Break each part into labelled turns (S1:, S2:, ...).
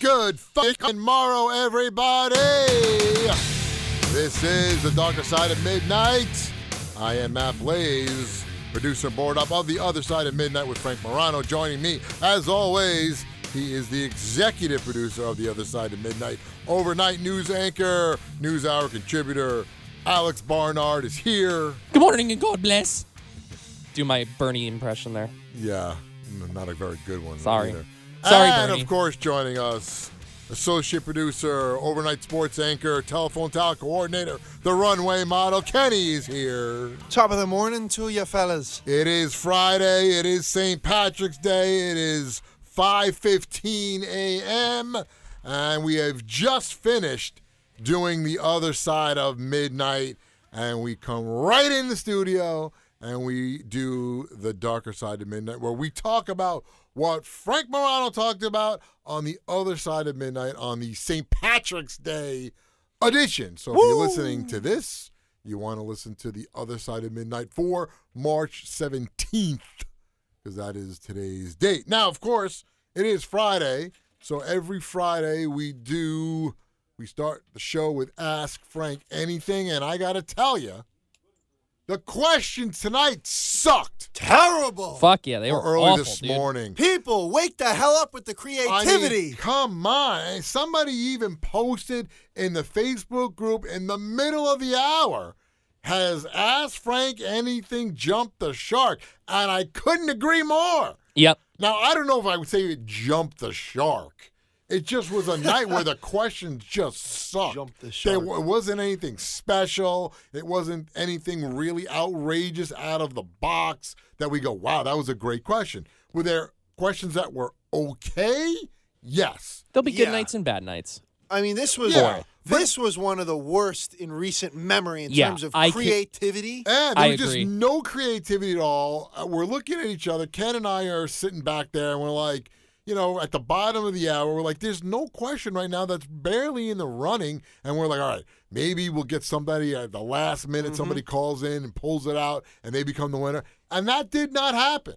S1: Good fucking morrow, everybody. This is the Darker Side of Midnight. I am Matt Blaze, producer and board up of the Other Side of Midnight with Frank Morano. Joining me, as always, he is the executive producer of the Other Side of Midnight, overnight news anchor, news hour contributor. Alex Barnard is here.
S2: Good morning and God bless. Do my Bernie impression there.
S1: Yeah, n- not a very good one.
S2: Sorry.
S1: either.
S2: Sorry,
S1: and
S2: Bernie.
S1: of course, joining us, associate producer, overnight sports anchor, telephone towel coordinator, the runway model, Kenny is here.
S3: Top of the morning to you fellas.
S1: It is Friday. It is St. Patrick's Day. It is 5:15 a.m. and we have just finished doing the other side of midnight and we come right in the studio and we do the darker side of midnight where we talk about what Frank Morano talked about on the other side of midnight on the St. Patrick's Day edition. So if you're listening to this, you want to listen to the other side of midnight for March 17th because that is today's date. Now, of course, it is Friday, so every Friday we do we start the show with Ask Frank Anything, and I gotta tell you, the question tonight sucked.
S3: Terrible.
S2: Fuck yeah, they
S1: Or
S2: were
S1: early
S2: awful,
S1: this
S2: dude.
S1: morning.
S3: People, wake the hell up with the
S1: I
S3: creativity.
S1: mean, come on. Somebody even posted in the Facebook group in the middle of the hour. Has Ask Frank anything jumped the shark? And I couldn't agree more.
S2: Yep.
S1: Now, I don't know if I would say it jumped the shark. It just was a night where the questions just sucked.
S3: Jumped the
S1: They-
S3: shark.
S1: it wasn't anything special. It wasn't anything really outrageous out of the box that we go, wow, that was a great question. Were there questions that were okay? Yes.
S2: There'll be good
S3: Yeah.
S2: nights and bad nights.
S3: I mean, this was
S1: Yeah, but-
S3: this was one of the worst in recent memory in
S2: Yeah,
S3: terms of
S2: I can-
S3: creativity.
S1: And Eh, there
S2: I
S1: was just
S2: agree.
S1: no creativity at all. Uh, We're looking at each other. Ken and I are sitting back there, and we're like, you know, at the bottom of the hour, we're like, there's no question right now that's barely in the running. And we're like, all right, maybe we'll get somebody at the last minute,
S2: Mm-hmm.
S1: somebody calls in and pulls it out, and they become the winner. And that did not happen.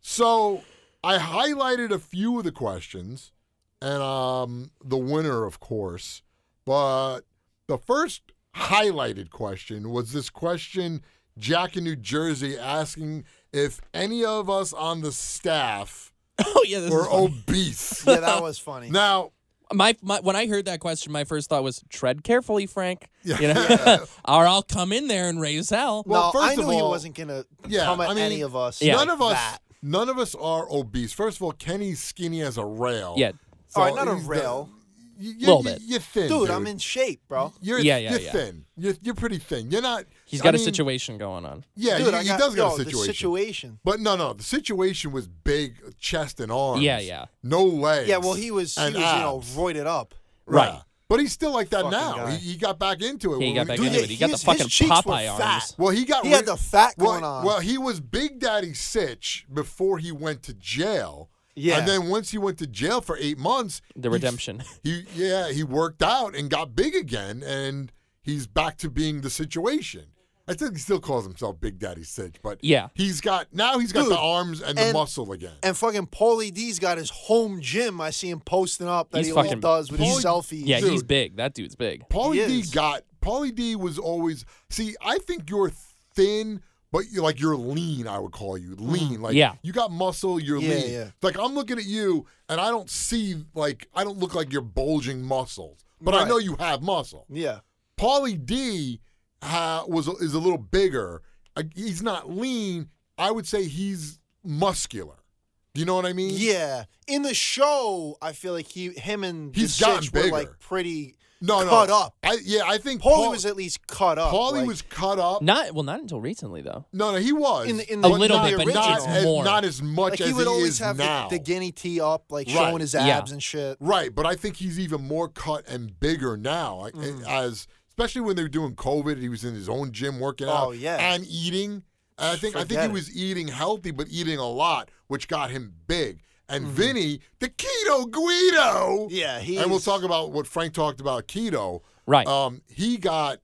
S1: So I highlighted a few of the questions and um, the winner, of course. But the first highlighted question was this question Jack in New Jersey asking if any of us on the staff
S2: oh yeah, this
S1: were
S2: is funny.
S1: obese.
S3: yeah, that was funny.
S1: now,
S2: my, my when I heard that question, my first thought was tread carefully, Frank.
S1: Yeah.
S2: You know? or I'll come in there and raise hell.
S1: well,
S3: no,
S1: first
S3: I
S1: of
S3: knew he
S1: all-
S3: wasn't gonna
S1: Yeah,
S3: come at
S1: I mean,
S3: any of us.
S2: Yeah.
S1: none
S3: like
S1: of us
S3: that.
S1: none of us are obese. First of all, Kenny's skinny as a rail.
S2: yeah.
S1: So
S3: All right, not a
S1: he's the-
S3: rail.
S1: You,
S2: Little
S1: you-
S2: bit.
S1: You're thin,
S3: Dude, I'm in shape, bro.
S1: You're,
S2: Yeah, yeah,
S1: you're
S2: yeah.
S1: thin. You're, you're pretty thin. You're not.
S2: He's
S1: I
S2: got a
S1: mean,
S2: situation going on.
S1: Yeah,
S3: Dude,
S1: he,
S3: I
S1: he
S3: got,
S1: does got
S3: yo,
S1: a
S3: The
S1: situation.
S3: situation.
S1: But no, no, the situation was big chest and arms.
S2: Yeah, yeah.
S1: No legs.
S3: Yeah, well, he was he was
S1: and
S3: you know
S1: abs.
S3: roided up.
S2: Right.
S1: Yeah. But he's still like that
S3: Fucking
S1: now.
S3: guy.
S1: He, he got back into it.
S2: Yeah, he
S1: Well,
S2: got back
S1: dude,
S2: into it. He got the
S3: his- his
S2: fucking
S3: cheeks were
S2: Popeye
S3: fat.
S2: arms.
S1: Well, he got
S3: He had
S1: rid-
S3: the fat
S1: well,
S3: going on.
S1: Well, he was Big Daddy Sitch before he went to jail.
S3: Yeah.
S1: And then once he went to jail for eight months,
S2: The
S1: he-
S2: redemption.
S1: He yeah, he worked out and got big again, and he's back to being the situation. I think he still calls himself Big Daddy Sitch, but
S2: Yeah.
S1: he's got now he's got
S3: Dude,
S1: the arms and, the
S3: and-
S1: muscle again.
S3: And fucking Paulie D's got his home gym. I see him posting up that
S2: He's
S3: he
S2: fucking-
S3: does with
S1: Pauly-
S3: his selfies.
S2: yeah, he's
S1: dude.
S2: big. That dude's big.
S3: He
S1: Paulie D
S3: is.
S1: got Paulie D was always see. I think you're thin, but you like you're lean. I would call you lean. Like
S2: Yeah.
S1: you got muscle. You're
S3: Mm-hmm. Yeah,
S1: lean.
S3: yeah.
S1: Like I'm looking at you, and I don't see like I don't look like you're bulging muscles, but I
S3: Right.
S1: know you have muscle.
S3: Yeah.
S1: Paulie D uh, was is a little bigger. Uh, he's not lean. I would say he's muscular. Do you know what I mean?
S3: Yeah. In the show, I feel like he, him and
S1: He's
S3: the Sitch
S1: gotten
S3: were
S1: bigger.
S3: like pretty.
S1: No,
S3: Cut
S1: no.
S3: up.
S1: I, yeah, I think
S3: Paulie
S1: Paul-
S3: was at least cut up.
S1: Paulie
S3: like,
S1: was cut up.
S2: Not well, not until recently though.
S1: No, no, he was
S3: In the- in
S2: A
S3: the-
S2: little
S1: not,
S2: bit, but
S1: not
S2: it's
S1: as,
S2: more.
S1: not as much
S3: like
S1: as
S3: he would
S1: is
S3: always have
S1: now.
S3: the, the guinea tee up, like
S1: Right.
S3: showing his
S2: Yeah.
S3: abs and shit.
S1: right, but I think he's even more cut and bigger now. like,
S3: Mm.
S1: As especially when they were doing COVID, he was in his own gym working out.
S3: Oh, yeah.
S1: and eating. And I think I think
S3: Forget
S1: he
S3: it.
S1: was eating healthy, but eating a lot, which got him big. And Vinny, the keto Guido.
S3: Yeah, Mm-hmm. he.
S1: and we'll talk about what Frank talked about keto.
S2: Right.
S1: Um, he got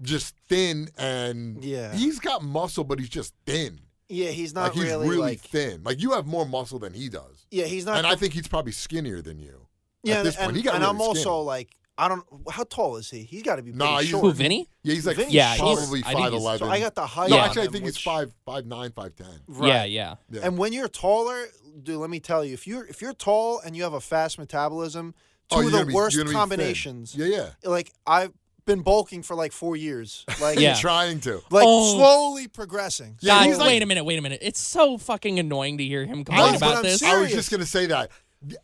S1: just thin and
S3: Yeah.
S1: he's got muscle, but he's just thin.
S3: Yeah, he's not
S1: like he's
S3: really,
S1: really
S3: like.
S1: thin. Like you have more muscle than he does,
S3: Yeah, he's not.
S1: and I think he's probably skinnier than you.
S3: Yeah,
S1: at this
S3: and,
S1: point. He got
S3: and
S1: really
S3: I'm also
S1: skinny.
S3: like, I don't. How tall is he? He's got to be.
S1: Nah,
S3: pretty
S1: he's-
S2: Who,
S1: Sure.
S3: short.
S2: Vinny?
S1: Yeah, he's like
S3: Vinny's
S2: Yeah, he's-
S1: probably
S2: I think
S1: five
S2: he's-
S1: eleven.
S3: So I got the height.
S1: no,
S2: Yeah.
S3: on
S1: actually, I
S3: him,
S1: think he's
S3: which-
S1: five five nine, five ten.
S3: Right.
S2: Yeah, yeah.
S1: Yeah.
S3: And when you're taller, dude, let me tell you, if you're if you're tall and you have a fast metabolism, two
S1: Oh,
S3: of
S1: you're
S3: the
S1: gonna be-
S3: worst
S1: you're gonna be thin.
S3: combinations.
S1: Yeah, yeah.
S3: Like I've been bulking for like four years. Like
S2: Yeah.
S1: Trying to.
S3: like
S2: Oh.
S3: slowly progressing.
S1: Yeah,
S2: God,
S1: he's like-
S2: wait a minute, wait a minute. It's so fucking annoying to hear him
S3: No,
S2: complain
S3: but
S2: about
S3: I'm
S2: this.
S1: I was
S3: serious.
S1: just gonna say that.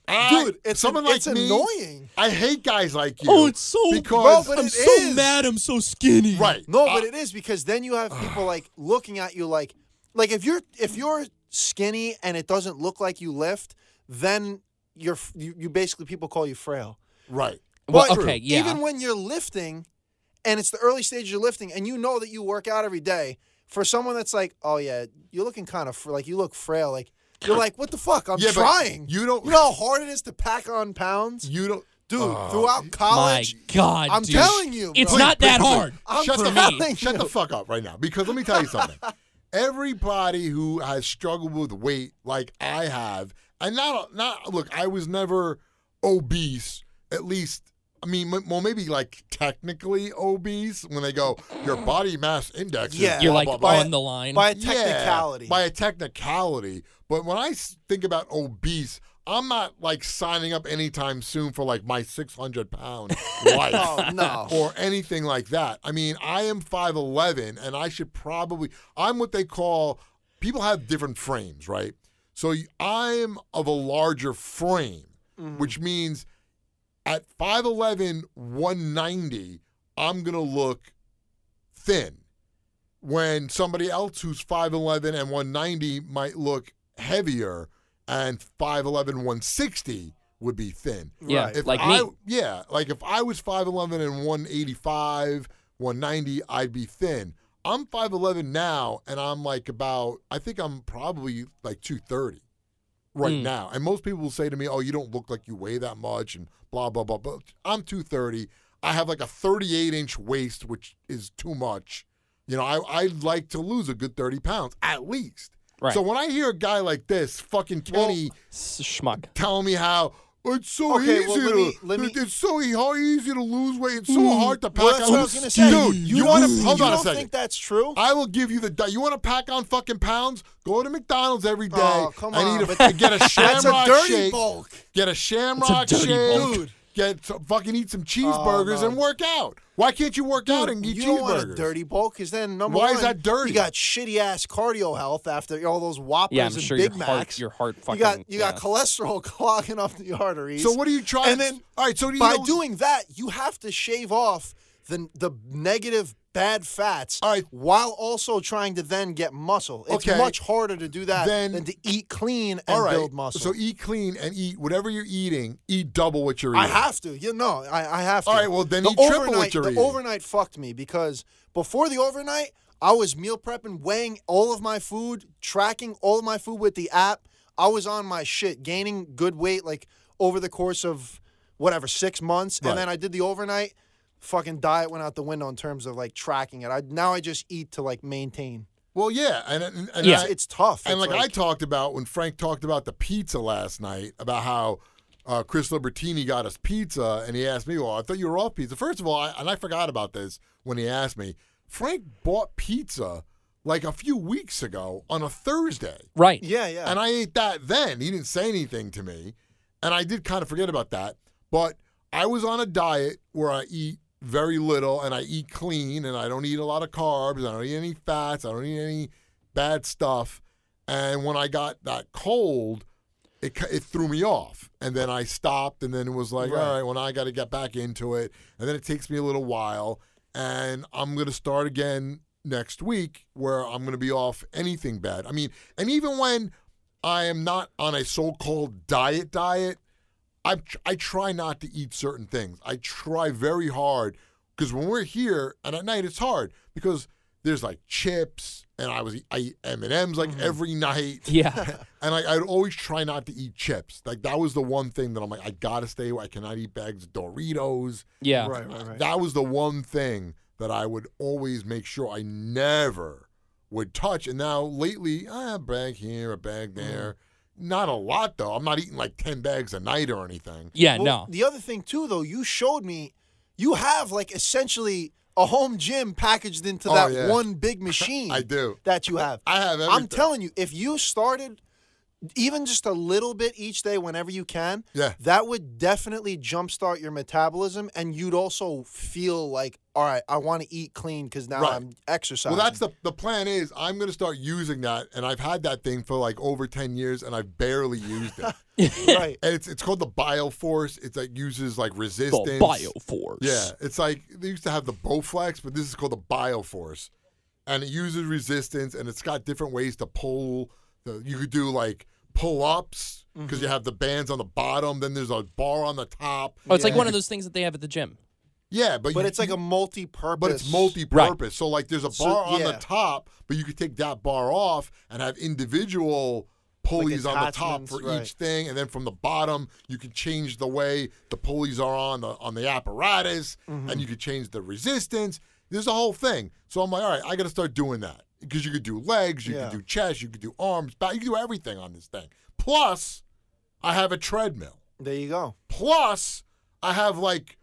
S1: I-
S3: Dude, it's
S1: someone
S3: an-
S1: like
S3: it's
S1: me.
S3: annoying.
S1: I hate guys like you.
S2: Oh, it's so
S1: because
S3: Bro, but
S2: I'm
S3: it
S2: so
S3: is.
S2: mad I'm so skinny.
S1: right. Uh,
S3: No,
S1: I-
S2: Uh.
S3: but it is because then you have people like looking at you like like if you're if you're skinny and it doesn't look like you lift, then you're f- you, you basically people call you frail.
S1: right.
S2: Well,
S3: But
S2: okay, yeah.
S3: Even when you're lifting, and it's the early stage of lifting, and you know that you work out every day, for someone that's like, oh yeah, you're looking kind of fr- like you look frail, like you're like, what the fuck? I'm
S1: Yeah, but
S3: trying.
S1: you don't-
S3: You know how hard it is to pack on pounds,
S1: You don't,
S3: dude.
S1: Oh.
S3: throughout
S2: My
S3: college,
S2: God,
S3: I'm
S2: dude.
S3: telling you,
S2: it's
S3: bro.
S2: not
S1: Please,
S2: that
S1: please,
S2: hard.
S3: I'm
S1: shut the,
S3: telling
S1: fuck- shut
S3: you.
S1: the fuck up right now because let me tell you something. Everybody who has struggled with weight like I have, and not not look, I was never obese. At least, I mean, m- well, maybe like technically obese when they go your body mass index. is
S3: Yeah.
S2: You're
S1: blah,
S2: like
S1: blah, blah.
S2: on the line.
S3: by a
S1: Yeah,
S3: technicality.
S1: by a technicality. But when I s- think about obese, I'm not like signing up anytime soon for like my 600 pound life
S3: oh no.
S1: or anything like that. I mean, I am 5'11 and I should probably, I'm what they call, people have different frames, right? So y- I'm of a larger frame,
S3: Mm-hmm. Mm.
S1: which means at 5'11, 190, I'm going to look thin. When somebody else who's 5'11 and 190 might look heavier, and 5'11, 160 would be thin.
S2: yeah,
S3: Right.
S1: If
S2: like
S1: I,
S2: me.
S1: Yeah, like if I was 5'11 and 185, 190, I'd be thin. I'm 5'11 now, and I'm like about, I think I'm probably like 230 right
S2: Mm.
S1: now. And most people will say to me, oh, you don't look like you weigh that much, and blah, blah, blah. But I'm 230. I have like a 38 inch waist, which is too much. You know, I, I'd like to lose a good 30 pounds at least.
S2: Right.
S1: So when I hear a guy like this, fucking
S3: Well,
S1: Kenny
S2: S- Schmuck.
S1: telling me how it's so
S3: Okay,
S1: easy
S3: well, let
S1: to
S3: me- let me- Hmm.
S1: it's so e- how easy to lose weight. It's so hard to pack
S3: Well, that's
S1: on.
S3: what I was gonna say.
S1: Dude,
S2: You
S1: you, want
S2: lose.
S1: to hold
S3: you
S1: on a
S3: don't
S1: second.
S3: think that's true?
S1: I will give you the. di- You want to pack on fucking pounds? Go to McDonald's every day.
S3: Oh, come
S1: and
S3: on,
S1: eat a-
S3: but
S1: get a
S3: that's a
S1: shamrock
S3: dirty
S1: shake.
S3: bulk.
S1: Get a shamrock
S2: dirty
S1: shake.
S2: bulk.
S3: Dude.
S1: Get some, fucking eat some cheeseburgers
S3: Oh, no.
S1: and work out. Why can't you work out
S3: Dude,
S1: and eat
S3: you
S1: cheeseburgers?
S3: don't want a dirty bulk because then number
S1: Why is
S3: one,
S1: that dirty?
S3: You got shitty ass cardio health after all those whoppers
S2: Yeah, I'm
S3: and
S2: sure
S3: Big
S2: your
S3: Macs.
S2: heart- your heart
S3: You got
S2: fucking-
S3: you got
S2: yeah.
S3: cholesterol clogging up the arteries.
S1: so what are you trying?
S3: And then
S1: all right. So do you
S3: by
S1: know-
S3: doing that, you have to shave off the the negative bad fats
S1: All right.
S3: while also trying to then get muscle. It's
S1: Okay.
S3: much harder to do that
S1: Then-
S3: than to eat clean and
S1: all right.
S3: build muscle.
S1: So eat clean and eat whatever you're eating. Eat double what you're eating.
S3: I have to. You know, I, I have to.
S1: All right, well, then
S3: the
S1: eat triple what
S3: overnight-
S1: you're
S3: The
S1: eating.
S3: overnight fucked me because before the overnight, I was meal prepping, weighing all of my food, tracking all of my food with the app. I was on my shit, gaining good weight like over the course of whatever six months,
S1: Right.
S3: and then I did the overnight. Fucking diet went out the window in terms of like tracking it. I now I just eat to like maintain.
S1: Well, yeah, and and, and
S2: Yeah.
S1: I-
S3: It's tough.
S1: and
S3: It's
S1: like, I talked about when Frank talked about the pizza last night, about how uh, Chris Libertini got us pizza, and he asked me, "Well, I thought you were off pizza." First of all, I, and I forgot about this when he asked me. Frank bought pizza like a few weeks ago on a Thursday,
S2: Right.
S3: yeah, yeah.
S1: and I ate that then. He didn't say anything to me, and I did kind of forget about that. But I was on a diet where I eat very little and I eat clean and I don't eat a lot of carbs. I don't eat any fats. I don't eat any bad stuff. And when I got that cold, it ki- it threw me off, and then I stopped, and then it was like,
S3: Right.
S1: all right, well now I got to get back into it, and then it takes me a little while, and I'm gonna start again next week where I'm gonna be off anything bad. I mean, and even when I am not on a so-called diet diet, I I try not to eat certain things. I try very hard because when we're here and at night it's hard because there's like chips, and I was I eat M and M's like every night
S2: Yeah.
S1: and I, I'd always try not to eat chips. Like that was the one thing that I'm like, I gotta stay. away. I cannot eat bags of Doritos.
S2: Yeah.
S3: right, right, right.
S1: That was the one thing that I would always make sure I
S3: Mm-hmm.
S1: never would touch. And now lately, ah, a bag here, a bag there. Not a lot though. I'm not eating like ten bags a night or anything.
S2: Yeah,
S3: Well,
S2: no.
S3: The other thing too, though, you showed me you have like essentially a home gym packaged into
S1: Oh,
S3: that
S1: yeah.
S3: one big machine.
S1: I do.
S3: that you have.
S1: I have
S3: I'm
S1: everything.
S3: telling you, if you started even just a little bit each day whenever you can,
S1: Yeah.
S3: that would definitely jumpstart your metabolism and you'd also feel like, all right, I want to eat clean because now
S1: Right.
S3: I'm exercising.
S1: Well, that's the the plan is I'm going to start using that, and I've had that thing for like over ten years, and I've barely used it.
S3: right.
S1: and it's it's called the Bioforce. It's like uses like resistance.
S2: The Bioforce.
S1: Yeah, it's like they used to have the Bowflex, but this is called the Bioforce, and it uses resistance, and it's got different ways to pull. The, you could do like pull ups because you have the bands on the bottom, then there's a bar on the top.
S2: Oh, it's like
S3: Yeah.
S2: one of those things that they have at the gym.
S1: Yeah, but
S3: But
S1: you-
S3: it's like a multi-purpose.
S1: but it's multi-purpose. So like, there's a
S3: So,
S1: bar on the
S3: yeah.
S1: top, but you could take that bar off and have individual pulleys on the top
S3: attachments,
S1: for
S3: right.
S1: each thing, and then from the bottom you can change the way the pulleys are on the on the apparatus,
S3: Mm-hmm.
S1: and you could change the resistance. There's a whole thing. So I'm like, all right, I got to start doing that because you could do legs, you
S3: Yeah.
S1: could do chest, you could do arms, back, you could do everything on this thing. Plus, I have a treadmill.
S3: There you go.
S1: Plus, I have like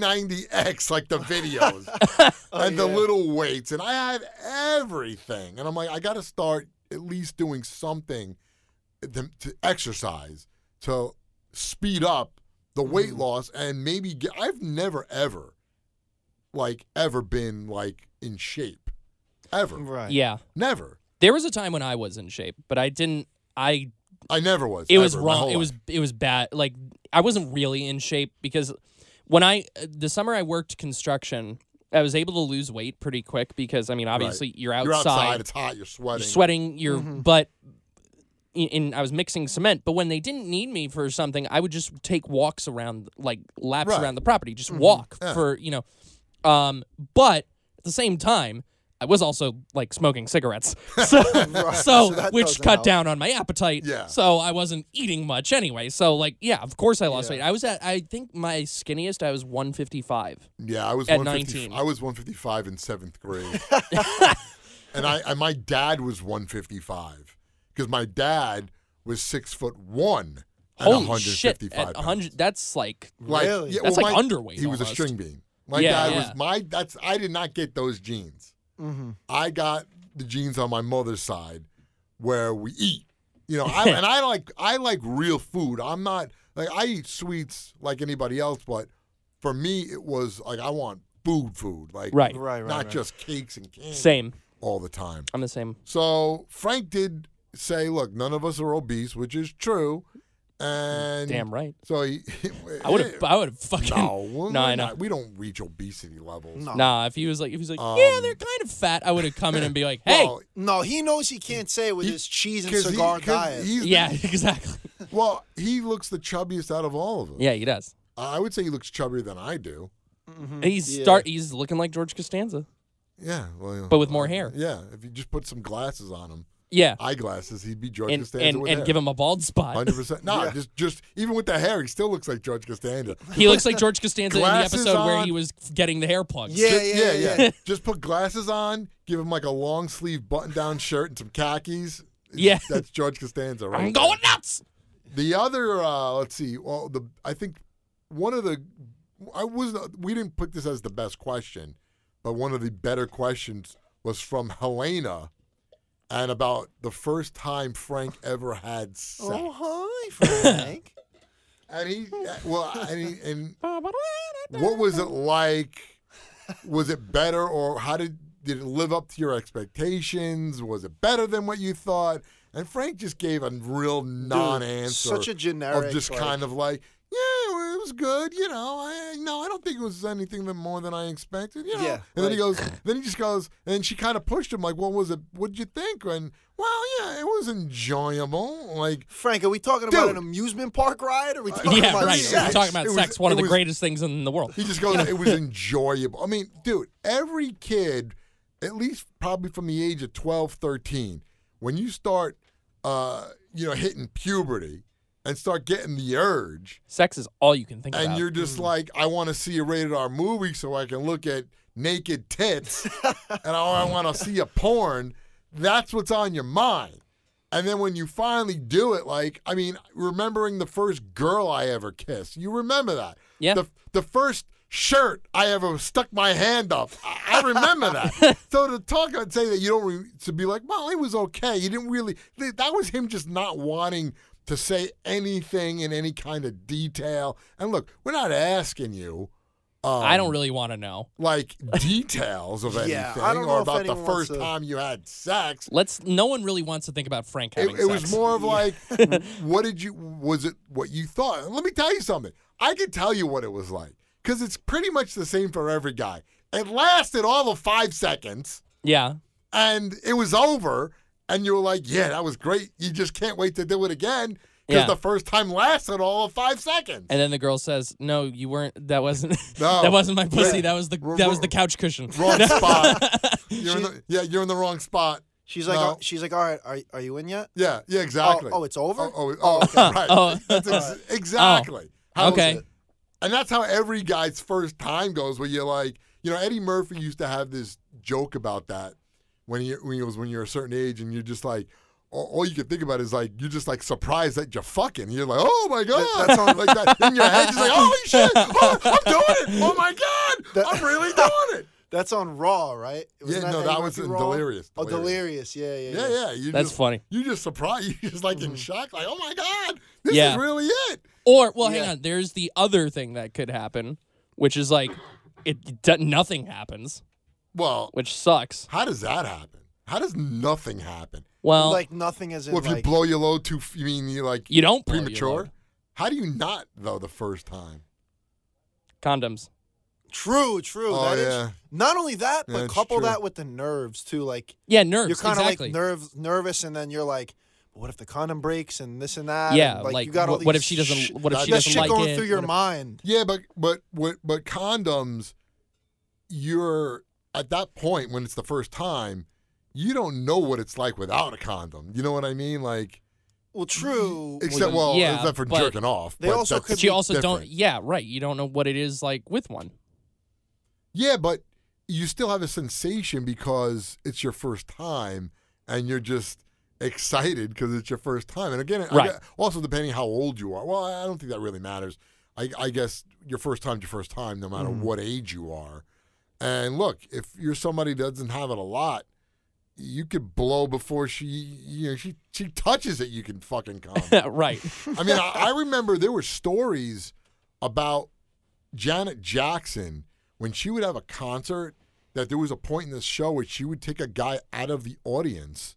S1: P90X, like the videos
S2: Oh,
S1: and the
S3: yeah.
S1: little weights, and I have everything. And I'm like, I got to start at least doing something to, to exercise to speed up the
S2: Mm-hmm.
S1: weight loss and maybe get. I've never ever, like, ever been like in shape, ever,
S3: Right.
S2: Yeah.
S1: never.
S2: There was a time when I was in shape, but I didn't. I
S1: I never was.
S2: it was
S1: ever, my
S2: wrong.
S1: whole
S2: It was
S1: life.
S2: it was bad. Like I wasn't really in shape because when I the summer I worked construction, I was able to lose weight pretty quick because I mean obviously you're
S1: You're outside.
S2: outside,
S1: It's hot. You're sweating. Mm-hmm.
S2: you're sweating, your butt. In, in I was mixing cement, but when they didn't need me for something, I would just take walks around, like laps
S1: Right. Mm-hmm.
S2: around the property, just walk
S1: Yeah.
S2: for you know. Um, but at the same time, I was also like smoking cigarettes, so so,
S3: So that
S2: which
S3: doesn't
S2: cut
S3: help.
S2: down on my appetite.
S1: Yeah.
S2: So I wasn't eating much anyway. So like, yeah, of course I lost weight. I was at I think my skinniest I was 155.
S1: Yeah, I was
S2: At
S1: 150
S2: 19.
S1: I was 155 in seventh grade, and I and my dad was 155 because my dad was six foot one and
S2: Holy
S1: 155
S2: shit! At
S1: pounds.
S2: 100, that's like
S1: Like,
S3: Really?
S1: yeah,
S2: That's
S1: well,
S2: like
S1: my-
S2: underweight
S1: He was a
S2: almost.
S1: string bean. My
S2: Yeah,
S1: dad
S2: yeah.
S1: was my. That's I did not get those genes.
S3: Mm-hmm.
S1: I got the genes on my mother's side where we eat. You know, I, and I like I like real food. I'm not like I eat sweets like anybody else, but for me it was like I want food, food like
S2: Right.
S3: Right, right,
S1: not
S3: right.
S1: just cakes and candy
S2: same.
S1: all the time.
S2: I'm the same.
S1: So Frank did say, "Look, none of us are obese," which is true, and
S2: Damn right.
S1: So he,
S2: I would have. I would have fucking.
S1: No, we're
S2: no, I know.
S1: not- We don't reach obesity levels.
S3: No.
S2: Nah, if he was like, if he was like, yeah,
S1: Um,
S2: they're kind of fat, I would have come in and be like, hey,
S1: Well,
S3: No, he knows he can't say it with
S1: He-
S3: his cheese and
S1: 'cause he-
S3: cigar
S1: 'cause
S3: diet.
S1: he's the-
S2: yeah, exactly.
S1: well, he looks the chubbiest out of all of us.
S2: Yeah, he does.
S1: I would say he looks chubbier than I do.
S3: Mm-hmm.
S1: Mm,
S2: He's
S3: yeah.
S2: start. He's looking like George Costanza,
S1: Yeah. Well,
S2: but with more hair.
S1: yeah. If you just put some glasses on him,
S2: Yeah,
S1: eyeglasses, he'd be George
S2: and
S1: Costanza
S2: and,
S1: with
S2: and
S1: hair.
S2: give him a bald spot.
S1: Hundred percent. No, just just even with the hair, he still looks like George Costanza.
S2: He looks like George Costanza in the
S1: Glasses
S2: episode where
S1: on.
S2: he was getting the hair plugs.
S3: Yeah,
S1: Just-
S3: yeah, yeah,
S1: just put glasses on, give him like a long sleeve button down shirt and some khakis.
S2: Yeah.
S1: that's George Costanza, right?
S2: I'm
S1: there.
S2: going nuts.
S1: The other, uh, let's see. Well, the I think one of the I was we didn't put this as the best question, but one of the better questions was from Helena, and about the first time Frank ever had sex.
S3: oh, hi, Frank.
S1: And he, well, and he, and what was it like? Was it better, or how did did it live up to your expectations? Was it better than what you thought? And Frank just gave a real non-answer,
S3: such a generic,
S1: of just
S3: like-
S1: kind of like, yeah, well, it was good, you know. I no, I don't think it was anything that more than I expected, you know.
S3: Yeah,
S1: and then he
S3: like-
S1: goes, then he just goes, and she kind of pushed him like, what was it? What would you think? And well, yeah, it was enjoyable, like.
S3: Frank, are we talking about
S1: Dude. Uh,
S3: an amusement park ride? Or are we talking
S2: Yeah,
S3: about
S2: right.
S3: sex?
S2: We're talking about
S1: It was-
S2: sex, one
S1: it
S2: of the
S1: was-
S2: greatest things in the world.
S1: He just goes, it was enjoyable. I mean, dude, every kid, at least probably from the age of 12, 13, when you start, uh, you know, hitting puberty and start getting the urge,
S2: Sex is all you can think
S1: and
S2: about.
S1: you're just like, I want to see a rated R movie so I can look at naked tits and I want to see a porn, that's what's on your mind. And then when you finally do it, like, I mean, remembering the first girl I ever kissed, you remember that.
S2: Yeah.
S1: The, the first shirt I ever stuck my hand up, I, I remember that. so to talk and say that you don't, re- to be like, well, it was okay. You didn't really, th- that was him just not wanting to say anything in any kind of detail. And look, we're not asking you. Um,
S2: I don't really want to know.
S1: like details of anything
S3: Yeah, I don't know
S1: or
S3: if
S1: about the
S3: anyone wants
S1: first
S3: to-
S1: time you had sex.
S2: Let's. No one really wants to think about Frank having
S1: It, it was
S2: sex.
S1: more of like, what did you? Was it what you thought? And let me tell you something. I can tell you what it was like because it's pretty much the same for every guy. It lasted all of five seconds,
S2: yeah.
S1: and it was over. And you were like, "Yeah, that was great. You just can't wait to do it again." Because
S2: Yeah.
S1: the first time lasted all of five seconds.
S2: And then the girl says, "No, you weren't. That wasn't.
S1: No.
S2: that wasn't my pussy.
S1: Oh, Yeah.
S2: That was the.
S1: We're-
S2: That was
S1: we're-
S2: the couch cushion.
S1: wrong spot. You're in the, yeah, you're in the wrong spot.
S3: She's like,
S1: No.
S3: uh, she's like, all right, are, are you in yet?
S1: Yeah, yeah, exactly.
S3: Oh, oh, it's over.
S1: Oh, oh, oh, okay, right.
S2: Oh.
S1: That's ex- exactly. How is
S2: Okay.
S1: it? And that's how every guy's first time goes, where you're like, you know, Eddie Murphy used to have this joke about that when you when it was when you're a certain age and you're just like. All all you can think about is like you're just like surprised that you're fucking. You're like, oh my god, that's all, like that in your head. Just like, holy shit, oh, I'm doing it. Oh my god,
S3: That-
S1: I'm really doing it.
S3: That's on Raw, right? Wasn't
S1: Yeah, no,
S3: Eddie
S1: that was
S3: Murphy
S1: in
S3: Raw?
S1: Delirious.
S3: Oh, delirious. Yeah, yeah,
S1: Yeah, yeah. You
S2: That's
S1: just,
S2: funny.
S1: You just surprised. You just like in shock. Like, oh my god, this
S2: Mm-hmm. Yeah.
S1: is really it.
S2: Or well, hang
S3: Yeah.
S2: on. There's the other thing that could happen, which is like, it d- nothing happens,
S1: Well,
S2: which sucks.
S1: how does that happen? How does nothing happen?
S2: Well,
S3: Like nothing as in
S1: Well, if you
S3: like.
S1: blow your load too, f- you mean you like
S2: you don't blow your
S1: premature?
S2: load.
S1: How do you not though the first time?
S2: condoms.
S3: True, true.
S1: Oh,
S3: that is-
S1: yeah.
S3: Not only that, but
S1: That's
S3: couple
S1: true.
S3: that with the nerves too. Like
S2: Yeah, nerves.
S3: you're kind of
S2: exactly.
S3: like nerve nervous, and then you're like, what if the condom breaks and this and that?
S2: Yeah,
S3: and,
S2: like,
S3: you got all
S2: what, what
S3: these
S2: if she doesn't?
S3: sh-
S2: what if
S1: that-
S2: she
S3: that
S2: doesn't
S3: shit
S2: like
S3: going
S2: it?
S3: through your
S2: What if-
S3: mind?
S1: Yeah, but but but but condoms, you're at that point when it's the first time, you don't know what it's like without a condom. You know what I mean? Like,
S3: Well, true.
S1: except
S2: Well,
S1: well,
S2: yeah,
S1: except for
S2: but
S1: jerking off.
S3: they
S1: but
S3: also
S1: that's-
S3: could
S2: But
S3: be
S2: you also don't.
S1: different.
S2: Yeah, right. You don't know what it is like with one.
S1: Yeah, but you still have a sensation because it's your first time and you're just excited because it's your first time. And again, I
S2: Right.
S1: gue- also depending how old you are. Well, I don't think that really matters. I, I guess your first time's your first time, no matter what age you are. And look, if you're somebody that doesn't have it a lot, you could blow before she, you know, she she touches it. You can fucking come.
S2: right.
S1: I mean, I, I remember there were stories about Janet Jackson when she would have a concert. That there was a point in the show where she would take a guy out of the audience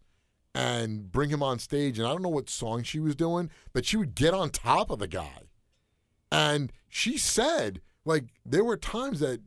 S1: and bring him on stage. And I don't know what song she was doing, but she would get on top of the guy. And she said, like, there were times that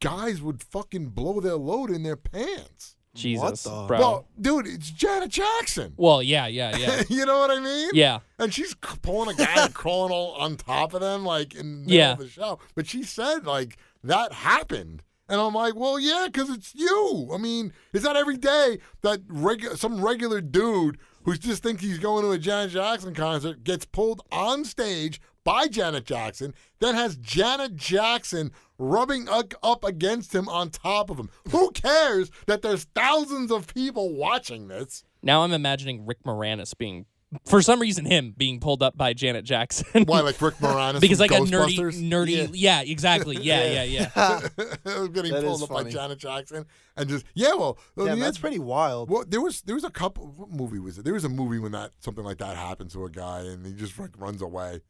S1: guys would fucking blow their load in their pants.
S2: Jesus,
S3: the-
S2: bro. Well,
S1: Well, dude, it's Janet Jackson.
S2: yeah, yeah, yeah,
S1: you know what I mean?
S2: yeah.
S1: And she's c- pulling a guy and crawling all on top of them, like in the middle
S2: Yeah.
S1: of the show. But she said, like, that happened. And I'm like, well, yeah, because it's you. I mean, it's not every day that regu- some regular dude who just thinks he's going to a Janet Jackson concert gets pulled on stage by Janet Jackson, then has Janet Jackson rubbing u- up against him on top of him. Who cares that there's thousands of people watching this?
S2: Now I'm imagining Rick Moranis being, for some reason, him being pulled up by Janet Jackson.
S1: Why, like Rick Moranis?
S2: because
S1: from
S2: like a nerdy,
S1: Ghostbusters?
S2: nerdy. Yeah, exactly. Yeah, yeah, yeah.
S1: getting
S3: That
S1: pulled
S3: is
S1: up by
S3: funny.
S1: Janet Jackson and just yeah, well, I
S3: Damn,
S1: mean,
S3: that's pretty wild.
S1: Well, there was there was a couple. What movie was it? There was a movie when that something like that happens to a guy and he just like runs away.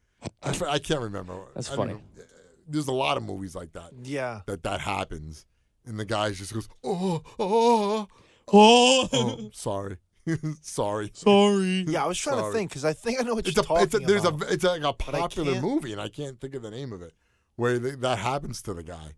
S1: I, f- I can't remember.
S2: That's
S1: I don't
S2: funny.
S1: know. There's a lot of movies like that
S3: Yeah.
S1: that that happens, and the guy just goes oh oh,
S2: oh,
S1: oh sorry sorry.
S2: sorry.
S3: Yeah, I was trying
S1: Hmm, Sorry.
S3: to think because I think I know what
S1: It's
S3: you're
S1: a,
S3: talking
S1: it's a there's
S3: about.
S1: a it's like a
S3: I
S1: popular
S3: can't-
S1: movie and I can't think of the name of it where th- that happens to the guy.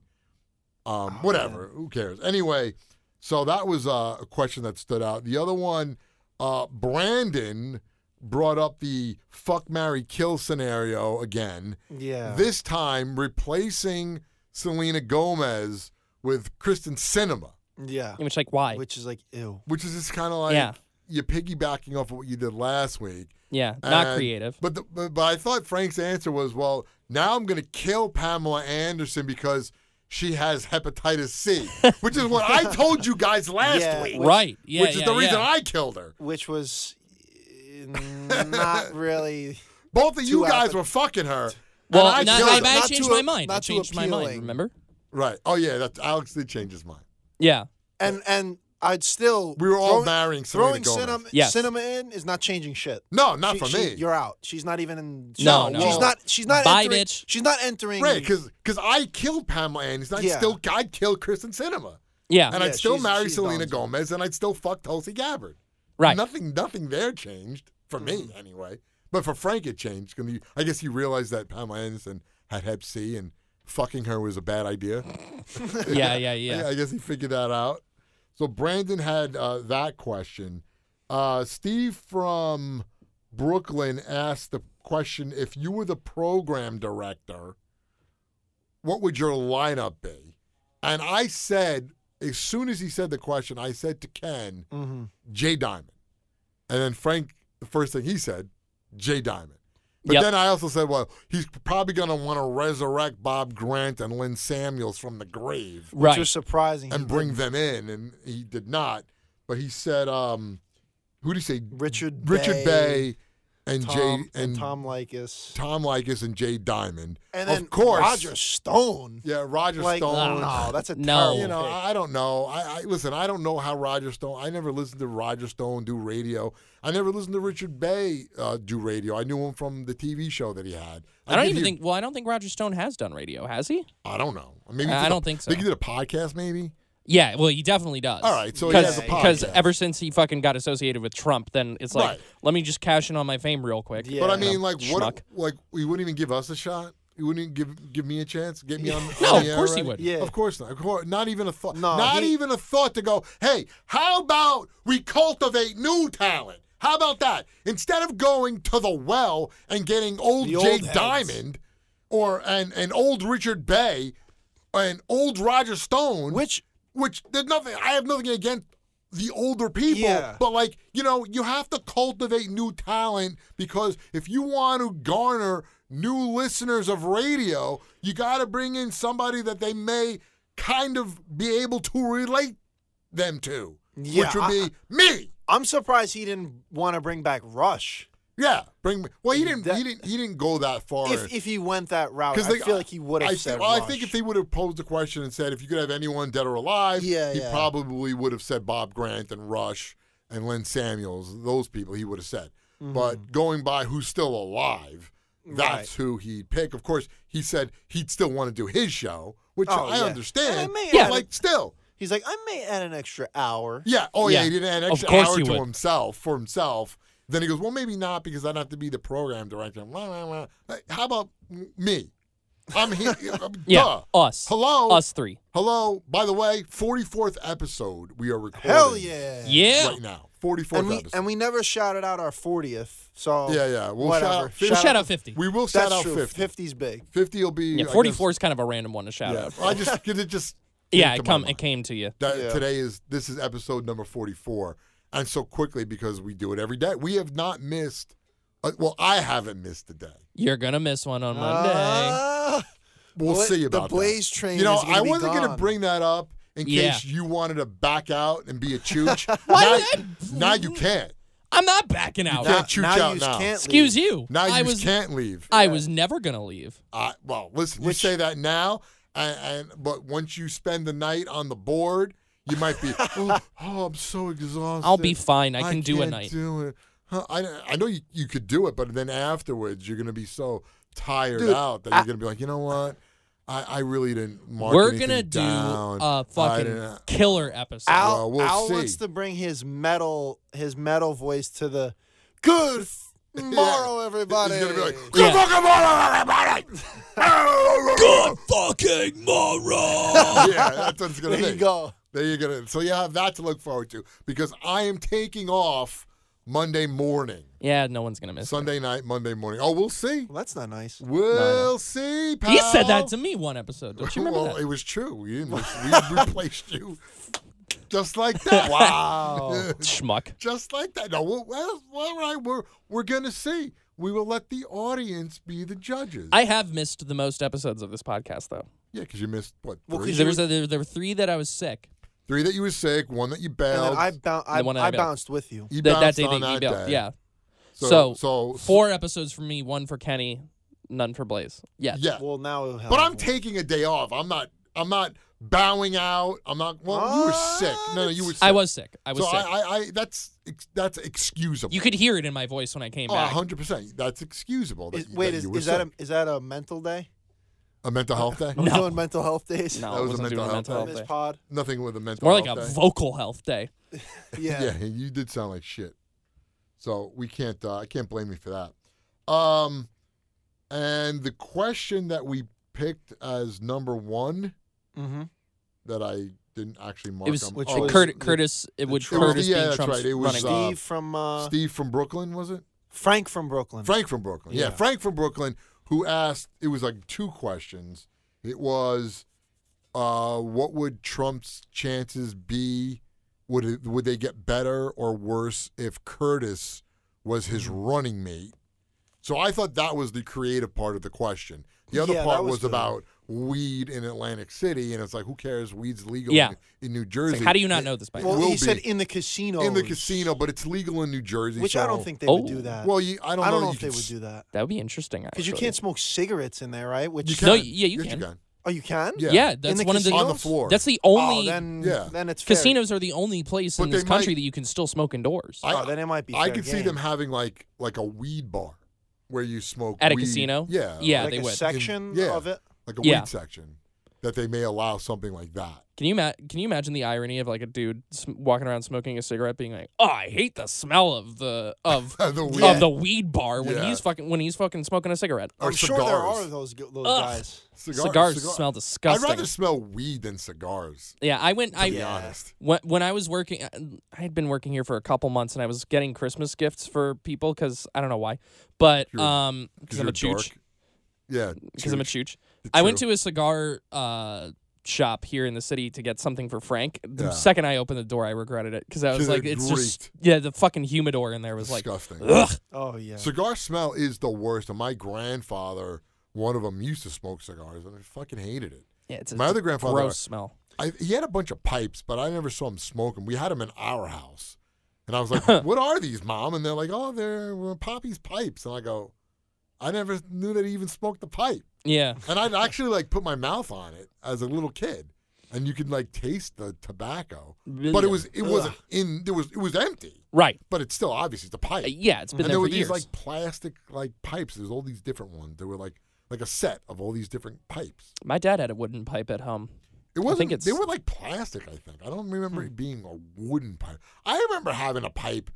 S1: Um,
S3: Oh,
S1: whatever, who cares? Anyway, so that was uh, a question that stood out. The other one, uh, Brandon brought up the fuck Mary kill scenario again.
S3: yeah.
S1: This time replacing Selena Gomez with Kristen Cinema,
S3: yeah.
S2: Which like why?
S3: Which is like ew.
S1: which is just kind of like
S2: Yeah.
S1: you're piggybacking off of what you did last week.
S2: yeah, not
S1: And-
S2: creative.
S1: But, the, but but I thought Frank's answer was, well, now I'm going to kill Pamela Anderson because she has hepatitis C, which is what I told you guys last
S3: Yeah.
S1: week,
S3: Which-
S2: right. Yeah.
S1: which is
S2: yeah,
S1: the reason
S2: yeah.
S1: I killed her.
S3: Which was eh, not really.
S1: Both of you
S3: Too
S1: guys
S3: apathetic.
S1: were fucking her.
S2: Well,
S1: and I
S2: no,
S1: killed
S2: I,
S1: him.
S2: I
S3: Not
S2: changed
S3: too-
S2: my mind. I
S3: not too
S2: changed my mind.
S3: appealing.
S2: Remember?
S1: Right. Oh yeah, that Alex did change his mind.
S2: Yeah.
S3: And and I'd still
S1: We were all
S3: throwing-
S1: marrying Selena
S3: Throwing
S1: Gomez.
S3: cinema,
S2: Yes.
S3: cinema in is not changing shit.
S1: No, not
S3: She-
S1: for
S3: she-
S1: me.
S3: You're out. She's not even in.
S2: No,
S1: no.
S3: she's not. She's not.
S2: Bye,
S3: entering,
S2: bitch.
S3: She's not entering.
S1: Right, because I killed Pamela Anderson. I'd
S3: Yeah.
S1: still I'd kill Kristen Cinema,
S2: Yeah.
S1: and
S3: Yeah,
S1: I'd still
S3: she's-
S1: marry
S3: she's
S1: Selena
S3: done.
S1: Gomez, and I'd still fuck Tulsi Gabbard.
S2: right. Mm-hmm.
S1: Nothing, nothing there changed for me anyway. But for Frank, it changed. 'cause he- I guess he realized that Pamela Anderson had Hep C, and fucking her was a bad idea.
S2: yeah, yeah, yeah.
S1: I guess he figured that out. So Brandon had uh, that question. Uh, Steve from Brooklyn asked the question: If you were the program director, what would your lineup be? And I said, as soon as he said the question, I said to Ken,
S3: Mm-hmm.
S1: Jay Diamond. And then Frank, the first thing he said, Jay Diamond. But
S2: Yep.
S1: then I also said, well, he's probably going to want to resurrect Bob Grant and Lynn Samuels from the grave
S3: Which
S2: Right.
S3: was surprising.
S1: and bring them in, and he did not. But he said, um, "Who did he say?
S3: Richard
S1: Richard Bay, and
S3: Tom,
S1: Jay
S3: and, Tom Likas.
S1: Tom Likas and Jay Diamond.
S3: And then
S1: of course,
S3: Roger Stone.
S1: Yeah, Roger
S3: Like,
S1: Stone.
S3: no, that's a
S2: No.
S3: terrible
S1: You know,
S3: pick.
S1: I I don't know. I, I listen. I don't know how Roger Stone. I never listened to Roger Stone do radio. I never listened to Richard Bay uh, do radio. I knew him from the TV show that he had.
S2: I don't
S1: did
S2: even
S1: hear-
S2: think. Well, I don't think Roger Stone has done radio, has he?
S1: I don't know. Maybe he
S2: I
S1: did a-
S2: don't think so.
S1: Think he did a podcast, maybe.
S2: Yeah. Well, he definitely does.
S1: All right, so he
S2: because
S1: has a
S2: because
S1: podcast.
S2: ever since he fucking got associated with Trump, then it's like,
S1: Right.
S2: let me just cash in on my fame real quick.
S3: Yeah.
S1: But I
S2: You know,
S1: mean, like,
S2: schmuck.
S1: what? Like, he wouldn't even give us a shot. He wouldn't even give give me a chance. Get me on. on
S2: No, of
S1: the air
S2: course he
S1: already?
S2: wouldn't.
S3: Yeah.
S1: Of course not. Of course, not even a thought.
S3: No,
S1: not
S3: he-
S1: even a thought to go. Hey, how about we cultivate new talent? How about that? Instead of going to the well and getting old
S3: The
S1: Jay
S3: old heads.
S1: Diamond, or and and old Richard Bay, and old Roger Stone,
S3: Which
S1: which there's nothing I have nothing against the older people,
S3: Yeah.
S1: but like, you know, you have to cultivate new talent because if you want to garner new listeners of radio, you got to bring in somebody that they may kind of be able to relate them to,
S3: Yeah,
S1: which would be me.
S3: I'm surprised he didn't want to bring back Rush.
S1: Yeah, bring me. Well, he didn't he
S3: That-
S1: didn't he didn't go that far.
S3: If if he went that route, I
S1: they-
S3: feel like he would
S1: I
S3: have
S1: think-
S3: said.
S1: Well, I
S3: Rush.
S1: think if he would have posed the question and said, if you could have anyone dead or alive,
S3: Yeah,
S1: he
S3: yeah.
S1: probably would have said Bob Grant and Rush and Lynn Samuels, those people he would have said.
S3: Mm-hmm.
S1: But going by who's still alive, that's
S3: Right.
S1: who he'd pick. Of course, he said he'd still want to do his show, which
S3: Oh,
S1: I
S3: yeah.
S1: understand.
S3: And I may
S1: but,
S3: add-
S1: like, still.
S3: he's like, I may add an extra hour.
S1: Yeah. Oh, yeah.
S2: Yeah.
S1: He didn't add an
S2: Of
S1: extra
S2: course
S1: hour
S2: he
S1: to
S2: would.
S1: himself for himself. Then he goes, well, maybe not because I'd have to be the program director. Blah, blah, blah. Like, How about m- me? I'm here.
S2: yeah,
S1: Duh.
S2: us,
S1: Hello.
S2: us three.
S1: Hello. By the way, 44th episode we are recording.
S3: Hell yeah.
S2: Yeah.
S1: Right now. 44th
S3: And we
S1: episode.
S3: and we never shouted out our 40th. So
S1: yeah, yeah. We'll
S3: whatever.
S1: shout out.
S2: Well, shout out
S1: out-
S2: 50.
S1: We will shout
S3: That's
S1: out
S3: true.
S1: 50.
S3: 50's big.
S1: 50 will be.
S2: Yeah,
S1: I guess-
S2: 44 is kind of a random one to shout
S1: Yeah.
S2: out.
S1: I just, 'cause it just.
S2: Yeah,
S1: came
S2: it
S1: to my
S2: come,
S1: mind.
S2: it came to you.
S1: That
S3: Yeah.
S1: today is this is episode number 44 and so quickly because we do it every day we have not missed uh, well i haven't missed a day
S2: You're gonna miss one
S1: Uh,
S2: on Monday.
S3: Ah,
S1: we'll
S3: Bla-
S1: see
S3: the
S1: about
S3: Blaze
S1: that.
S3: train
S1: you know
S3: is gonna
S1: i
S3: be
S1: wasn't gonna
S3: gone.
S1: bring that up in
S2: Yeah.
S1: case you wanted to back out and be a chooch
S2: Why
S1: now,
S2: would
S1: now you can't
S2: I'm not backing out.
S1: can't
S3: now-
S1: chooch
S3: now
S1: out
S3: yous
S1: now.
S3: can't
S2: Excuse
S3: leave.
S2: you.
S1: now
S2: I
S1: you
S2: was
S1: can't leave
S2: I was never gonna leave.
S1: I, well listen
S3: Which-
S1: you say that now and, and but once you spend the night on the board you might be oh, oh i'm so exhausted
S2: I'll be fine. I can do a
S1: can't
S2: night.
S1: do it. Huh, I, I know you, you could do it, but then afterwards you're gonna be so tired
S3: Dude,
S1: out that you're gonna be like, you know what? I, I really didn't mark.
S2: We're
S1: anything
S2: gonna do uh,
S1: down.
S2: a
S1: I
S2: fucking
S1: didn't-
S2: killer episode.
S3: Al,
S1: Well, we'll
S3: Al
S1: see.
S3: wants to bring his metal his metal voice to the good f- morrow, everybody.
S1: He's gonna be like, good
S2: Yeah.
S1: fucking morning, everybody.
S2: fucking moron.
S1: yeah, that's what it's gonna
S3: there you
S1: be.
S3: go.
S1: There you go. So you have that to look forward to because I am taking off Monday morning,
S2: yeah, no one's gonna miss.
S1: Sunday night, Monday morning. Oh, we'll see.
S3: Well, that's not nice.
S1: We'll see. Pal.
S2: it. He said that to me one episode. Don't you remember
S1: well,
S2: that?
S1: it was true. We, didn't, we replaced you just like that.
S3: Wow.
S2: Schmuck.
S1: just like that. No, well, well, all right, we're we're gonna see. We will let the audience be the judges.
S2: I have missed the most episodes of this podcast though.
S1: yeah, because you missed what
S3: Well,
S1: three?
S3: Did
S2: There
S3: you-
S2: was a, there, there were three that I was sick.
S1: three that you were sick, one that you
S3: and
S1: bailed.
S3: then I, bou- I,
S2: The one I
S3: I
S2: bailed.
S3: bounced with you.
S1: you
S2: That, that
S1: bounced
S2: day
S1: on
S2: that
S1: that
S2: you built.
S1: day.
S2: Yeah. So,
S1: so
S2: Four episodes for me, one for Kenny, none for Blaze. Yes.
S1: yeah.
S3: Well, now. it'll
S1: But
S3: help.
S1: I'm taking a day off. I'm not. I'm not bowing out. I'm not. Well, you were sick. No, no, you were. sick.
S2: I was sick. I was
S1: so
S2: sick.
S1: I, I, I. That's ex- that's excusable.
S2: you could hear it in my voice when I came
S1: Oh,
S2: back.
S1: 100%. That's excusable. That,
S3: Is, wait,
S1: that
S3: is,
S1: you were
S3: is that a
S1: sick.
S3: is that a mental day?
S1: a, mental health day?
S3: Are we doing mental health days?
S2: No,
S1: That was a
S2: I wasn't
S1: mental
S2: doing a
S1: health
S2: mental
S3: On
S2: health
S3: this
S2: day.
S3: pod.
S1: Nothing with a mental
S2: More like a
S1: health day.
S2: vocal health day.
S3: Yeah.
S1: yeah, you did sound like shit. So we can't. Uh, I can't blame you for that. Um, and the question that we picked as number one
S3: Mm-hmm.
S1: that I didn't actually mark.
S2: It was,
S1: on-
S3: which
S1: oh,
S3: was-
S2: Cur-
S3: the-
S2: Curtis. It
S3: the
S2: would
S3: truth.
S2: Curtis
S1: Yeah,
S2: be
S1: that's
S2: Trump's
S1: right. It was,
S2: running.
S1: uh,
S3: Steve from uh,
S1: Steve from Brooklyn was it?
S3: Frank from Brooklyn.
S1: Frank from Brooklyn. Yeah.
S3: Uh, Yeah.
S1: Frank from Brooklyn, who asked, it was like two questions. It was, uh, what would Trump's chances be? Would it, would they get better or worse if Curtis was his
S3: Mm-hmm.
S1: running mate? So I thought that was the creative part of the question. The other
S3: Yeah,
S1: part
S3: that was
S1: was,
S3: the-
S1: about weed in Atlantic City, and it's like, who cares? Weed's legal
S2: Yeah.
S1: in, in New
S2: It's
S1: Jersey.
S2: like, how do you not know this by
S1: It
S2: now?
S3: Well,
S1: will
S3: he
S1: be.
S3: said in the casino.
S1: in the casino, but it's legal in New Jersey,
S3: which I don't
S1: so-
S3: think they
S2: Oh.
S3: would do that.
S1: Well, you, I don't.
S3: I don't
S1: know,
S3: know,
S1: you
S3: if they
S1: could
S3: would
S1: s-
S3: do that
S2: That would be interesting.
S3: because you
S2: actually.
S3: can't smoke cigates in there, right? Which
S1: You
S2: No,
S1: can.
S2: yeah, you
S1: Yes,
S2: can.
S3: oh, you can.
S1: Yeah.
S2: Yeah, that's
S3: the
S2: one of the.
S3: casino?
S1: on the floor.
S2: That's the
S3: Oh,
S2: only
S3: then
S1: Yeah.
S3: then it's fair.
S2: casinos are the only place
S1: But
S2: in
S1: they
S2: this country
S1: might- Uh,
S2: that you can still smoke indoors
S1: I,
S3: oh, then it might be.
S1: I
S3: fair
S1: could see
S3: game.
S1: them having like like a weed bar where you smoke
S2: at a
S1: weed.
S2: casino.
S1: Yeah,
S2: yeah,
S3: like
S2: they
S3: a
S2: would.
S3: section
S1: Yeah.
S3: of it.
S1: like a
S2: Yeah.
S1: weed section that they may allow something like that.
S2: Can you ma- can you imagine the irony of like a dude sm- walking around smoking a cigarette, being like, "Oh, I hate the smell of the of
S1: the weed.
S3: Yeah.
S2: of the weed bar when
S1: Yeah.
S2: he's fucking when he's fucking smoking a cigarette."
S1: Or
S3: I'm sure there are
S1: cigars.
S3: those g- those
S2: Ugh.
S3: guys.
S1: Cigar-
S2: cigars
S1: cigar-
S2: smell
S1: I'd
S2: disgusting.
S1: rather smell weed than cigars.
S2: yeah, I went.
S1: To be
S2: I
S3: Yeah.
S1: honest,
S2: when, when I was working, uh, I had been working here for a couple months, and I was getting Christmas gifts for people because I don't know why, but
S1: You're-
S2: um, because I'm a
S1: you're dark.
S2: chooch,
S1: Yeah,
S2: because I'm a
S1: chooch.
S2: chooch.
S1: It's
S2: I went
S1: true.
S2: to a cigar uh, shop here in the city to get something for Frank. The
S1: Yeah.
S2: second I opened the door, I regretted it because I was
S1: Dude,
S2: like,
S1: it
S2: it's just yeah, the fucking humidor in there was like,
S1: disgusting.
S2: ugh.
S3: Oh yeah.
S1: Cigar smell is the worst. And my grandfather, one of them, used to smoke cigars, and I fucking hated it.
S2: Yeah, it's a
S1: My other grandfather,
S2: gross smell.
S1: I, he had a bunch of pipes, but I never saw him smoke 'em. We had them in our house. And I was like, what are these, mom? And they're like, oh, they're uh, Poppy's pipes. And I go, I never knew that he even smoked the pipe.
S2: Yeah,
S1: And I'd actually like put my mouth on it as a little kid. And you could like taste the tobacco. But it was, it wasn't in, there was, it was empty,
S2: right.
S1: but it's still obviously it's a pipe.
S2: Uh, yeah, it's
S1: and
S2: been there
S1: there
S2: for
S1: were
S2: years.
S1: these like plastic like pipes. There's all these different ones. There were like, like a set of all these different pipes.
S2: My dad had a wooden pipe at home.
S1: It wasn't.
S2: think it's- Hmm.
S1: they were like plastic. I think I don't remember it being a wooden pipe. I remember having a pipe.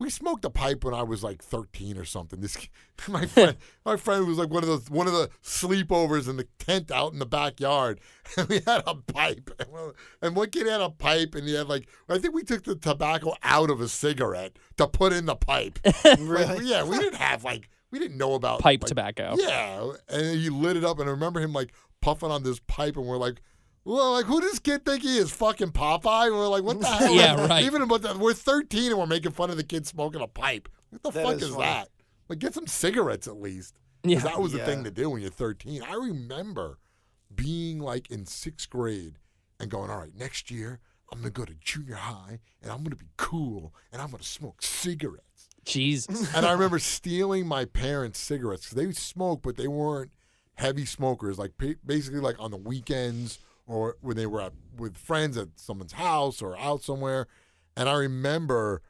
S1: We smoked a pipe when I was like thirteen or something. This kid- my friend, my friend was like one of those one of the sleepovers in the tent out in the backyard, and we had a pipe. And one- And one kid had a pipe, and he had like I think we took the tobacco out of a cigarette to put in the pipe. Like,
S3: Really?
S1: yeah, we didn't have like we didn't know about
S2: Pipe
S1: like,
S2: tobacco.
S1: yeah, and he lit it up, and I remember him like puffing on this pipe, and we're like, "Well, like who does kid think he is? Fucking Popeye?" And we're like, "What the hell?"
S2: Yeah,
S1: Like,
S2: right.
S1: Even about that, we're thirteen and we're making fun of the kid smoking a pipe. What the
S3: That
S1: fuck is,
S3: is funny.
S1: that? Like, get some cigarettes at least. 'Cause
S2: Yeah.
S1: that was the
S3: Yeah.
S1: thing to do when you're thirteen. I remember being like in sixth grade and going, "All right, next year." I'm gonna go to junior high and I'm gonna be cool and I'm gonna smoke cigarettes.
S2: Jesus.
S1: And I remember stealing my parents' cigarettes 'cause they smoked, but they weren't heavy smokers. Like pa- basically, like on the weekends or when they were at, with friends at someone's house or out somewhere. And I remember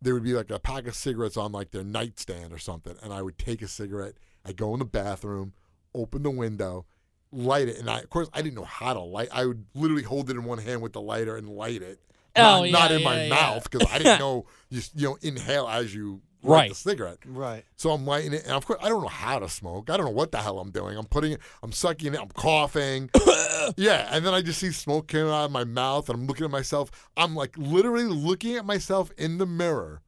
S1: there would be like a pack of cigarettes on like their nightstand or something, and I would take a cigarette. I'd go in the bathroom, open the window, light it, and I of course I didn't know how to light. I would literally hold it in one hand with the lighter and light it.
S2: Oh,
S1: Not, not
S2: yeah,
S1: in my
S2: yeah, yeah.
S1: mouth because I didn't know you, s- you know inhale as you light the
S2: Right.
S1: cigarette.
S3: Right.
S1: So I'm lighting it, and of course I don't know how to smoke. I don't know what the hell I'm doing. I'm putting it, I'm sucking it, I'm coughing. yeah, and then I just see smoke coming out of my mouth, and I'm looking at myself. I'm like literally looking at myself in the mirror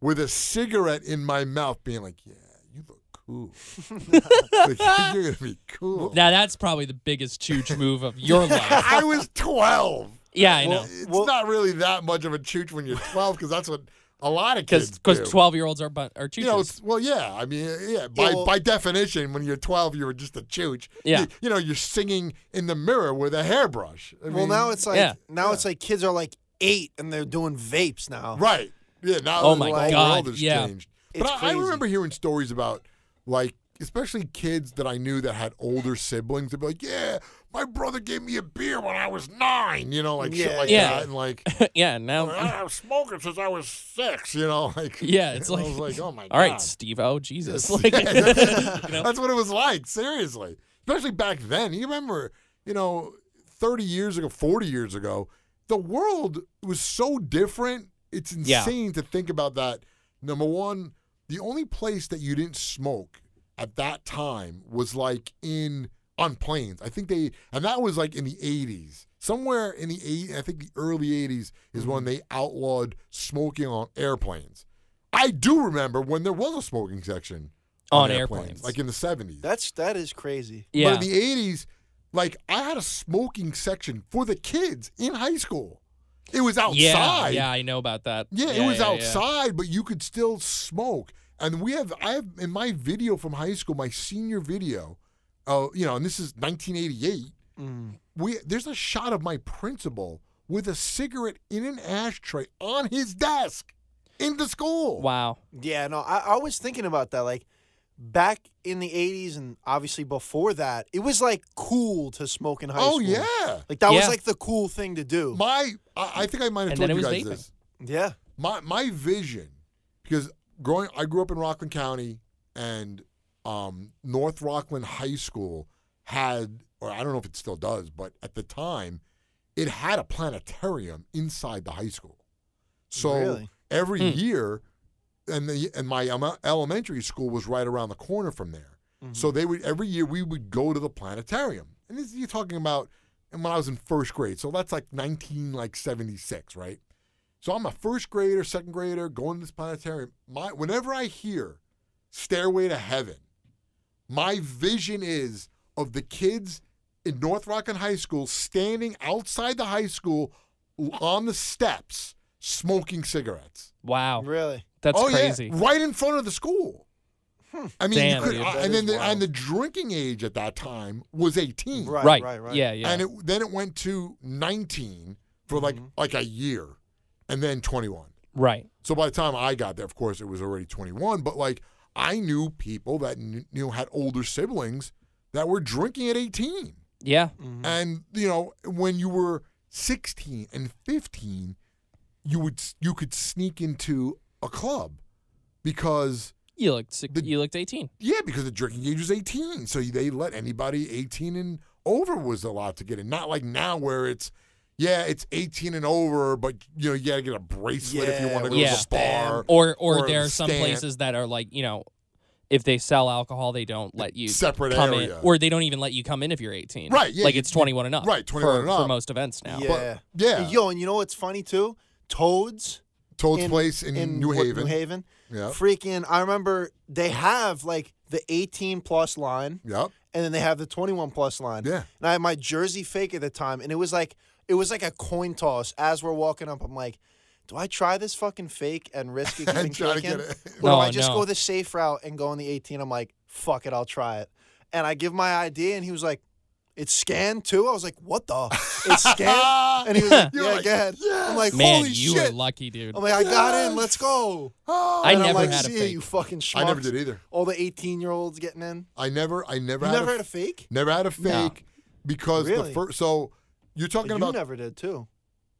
S1: with a cigarette in my mouth, being like, "Yeah, you look cool. like, you're gonna be cool."
S2: now that's probably the biggest chooch move of your life.
S1: I was 12.
S2: Yeah, I know.
S3: Well,
S1: It's not really that much of a chooch when you're 12 because that's what a lot of kids
S2: Because because
S1: do.
S2: twelve year olds are bu- are chooches.
S1: You know, it's, well, yeah. I mean, uh, yeah. By
S3: well-
S1: by definition, when you're 12, you were just a chooch.
S2: Yeah.
S1: You, you know, you're singing in the mirror with a hairbrush. I
S3: Well,
S1: mean,
S3: now it's like
S2: Yeah.
S3: now it's like kids are like eight and they're doing vapes now.
S1: right. Yeah. Now,
S2: Oh
S1: the
S2: my
S1: whole
S2: God,
S1: world has
S2: yeah.
S1: changed.
S3: It's
S1: but I, I
S3: crazy.
S1: remember hearing stories about like especially kids that I knew that had older siblings. They'd be like, "Yeah, my brother gave me a beer when I was nine, You know, like shit
S3: Yeah.
S1: like
S2: Yeah.
S1: that, and like
S2: yeah, now.
S1: I've smoking since I was six. You know, like
S2: Yeah, it's
S1: I
S2: like,
S1: was like, oh my god,
S2: all right, Steve O, Jesus. Like,
S1: That's what it was like, seriously. Especially back then. You remember, you know, 30 years ago, 40 years ago, the world was so different. It's
S2: Yeah.
S1: insane to think about that. Number one, the only place that you didn't smoke at that time was like in on planes. I think they, and that was like in the 80s. Somewhere in the eight, I think the early 80s is
S2: Mm-hmm.
S1: when they outlawed smoking on airplanes. I do remember when there was a smoking section
S2: On airplanes.
S1: like in the 70s.
S3: That's that is crazy.
S2: yeah.
S1: But in the 80s, like I had a smoking section for the kids in high school. It was
S2: yeah,
S1: outside.
S2: yeah, I know about that.
S1: Yeah, it was
S2: yeah, yeah.
S1: outside, but you could still smoke. And we have, I have in my video from high school, my senior video, uh, you know, and this is 1988.
S3: Mm.
S1: We there's a shot of my principal with a cigarette in an ashtray on his desk in the school.
S2: Wow.
S3: Yeah, no, I, I was thinking about that. Like back in the '80s, and obviously before that, it was like cool to smoke in high
S1: Oh
S3: school.
S1: yeah,
S3: like that
S2: Yeah.
S3: was like the cool thing to do.
S1: my I, I think I might have
S2: And
S1: told
S2: then it
S1: you
S2: was
S1: guys
S2: vaping.
S1: this.
S3: yeah,
S1: my my vision because growing I grew up in Rockland County and um, North Rockland High School had or I don't know if it still does but at the time it had a planetarium inside the high school so
S3: Really?
S1: every
S2: Hmm.
S1: year and the and my em- elementary school was right around the corner from there so they would every year we would go to the planetarium and this you're talking about and when I was in first grade so that's like 19 like 76 right so I'm a first grader, second grader, going to this planetarium. My whenever I hear Stairway to Heaven, my vision is of the kids in North Rockland High School standing outside the high school on the steps smoking cigarettes.
S2: Wow.
S3: really.
S2: That's
S1: oh
S2: crazy.
S1: yeah, right in front of the school. I mean,
S2: Damn,
S1: you could,
S2: dude.
S1: I-
S3: That
S1: and
S3: is
S1: then the,
S3: wild.
S1: and the drinking age at that time was 18.
S3: Right,
S2: Right.
S3: right, right.
S2: Yeah, yeah.
S1: And it, then it went to 19 for like like a year and then 21.
S2: right.
S1: So by the time I got there, of course, it was already 21. But like, I knew people that kn- you know had older siblings that were drinking at 18,
S2: Yeah.
S3: Mm-hmm.
S1: and you know when you were 16 and 15, you would s- you could sneak into a club because
S2: You looked sick.
S1: The-
S2: you looked 18.
S1: yeah, because the drinking age was 18, so they let anybody 18 and over was allowed to get in. Not like now where it's yeah, it's 18 and over, but you know you gotta get a bracelet if you
S3: Yeah,
S1: want to go
S2: with
S1: to
S2: a
S1: the bar.
S3: stamp.
S2: Or or,
S1: Or
S2: there are some
S1: stand.
S2: places that are like, you know, if they sell alcohol, they don't let you
S1: Separate
S2: come
S1: area.
S2: in or they don't even let you come in if you're 18.
S1: Right, yeah,
S2: like
S1: you-
S2: it's 21 and up.
S1: right, 21
S2: for,
S1: and
S2: for
S1: up.
S2: most events now.
S3: Yeah.
S1: yeah.
S3: Yo, and you know what's funny too? Toads.
S1: Toad's Place in, New
S3: what-
S1: Haven.
S3: New Haven.
S1: Yep.
S3: Freaking, I remember they have like the 18 plus line
S1: Yep.
S3: and then they have the 21 plus line.
S1: Yeah.
S3: And I had my jersey fake at the time and it was like it was like a coin toss as we're walking up. I'm like, do I try this fucking fake and risk it getting
S1: And try to
S3: taken?
S1: get it.
S3: Or do
S2: No,
S3: I just
S2: no.
S3: go the safe route and go on the 18? I'm like, fuck it, I'll try it. And I give my ID and he was like, it's scanned too? I was like, what the? It's scanned? and he was
S1: Ah!
S3: like, yeah,
S1: You're like,
S3: go ahead. I'm like,
S2: Man,
S3: holy
S2: you
S3: shit.
S2: were lucky, dude.
S1: Oh
S3: I'm like, I got in.
S1: Yes.
S3: Let's go.
S1: Oh,
S2: I
S3: And
S2: never
S3: I'm like,
S2: had a
S3: see ya,
S2: fake.
S3: you fucking schmucks.
S1: I never did either.
S3: All the 18 year olds getting in.
S1: I never, I never,
S3: You
S1: had,
S3: never
S1: a,
S3: had a fake?
S1: never had a
S2: No.
S1: fake because the
S3: Really?
S1: first. So you're talking
S3: You
S1: about
S3: never did too,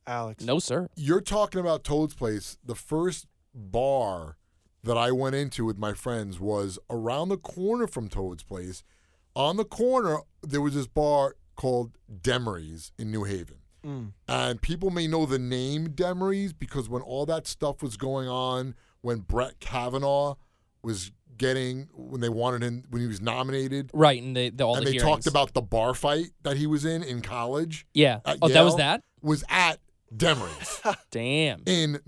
S3: Alex.
S2: no, sir.
S1: you're talking about Toad's Place. The first bar that I went into with my friends was around the corner from Toad's Place. On the corner, there was this bar called Demery's in New Haven.
S3: Mm.
S1: And people may know the name Demery's because when all that stuff was going on, when Brett Kavanaugh was getting, when they wanted him, when he was nominated,
S2: Right, and they, the all
S1: and
S2: the
S1: they talked
S2: hearings.
S1: about Uh, the bar fight that he was in in college,
S2: Yeah.
S1: at
S2: oh, that was
S1: Yale.
S2: that?
S1: was at Demery's
S2: Damn.
S1: in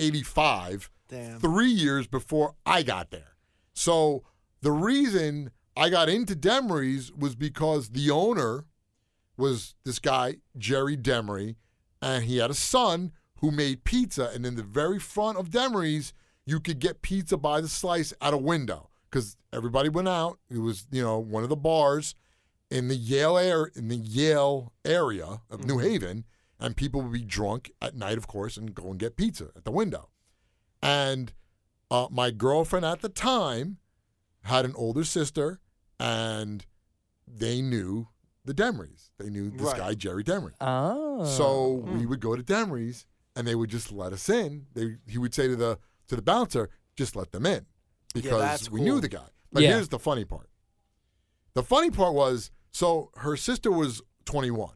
S1: 1985
S3: Damn.
S1: three years before I got there. So the reason I got into Demery's was because the owner was this guy, Jerry Demery, and he had a son who made pizza. And in the very front of Demery's, you could get pizza by the slice at a window because everybody went out. It was, you know, one of the bars in the Yale air in the Yale area of New Haven, and people would be drunk at night, of course, and go and get pizza at the window. And uh, my girlfriend at the time had an older sister, and they knew the Demrys. They knew this
S3: Right.
S1: guy Jerry Demry.
S2: Oh.
S1: So we would go to Demry's and they would just let us in. They he would say to the to the bouncer, just let them in. Because
S3: that's
S1: we
S3: cool.
S1: knew the guy. But
S2: Yeah.
S1: here's the funny part. The funny part was so her sister was 21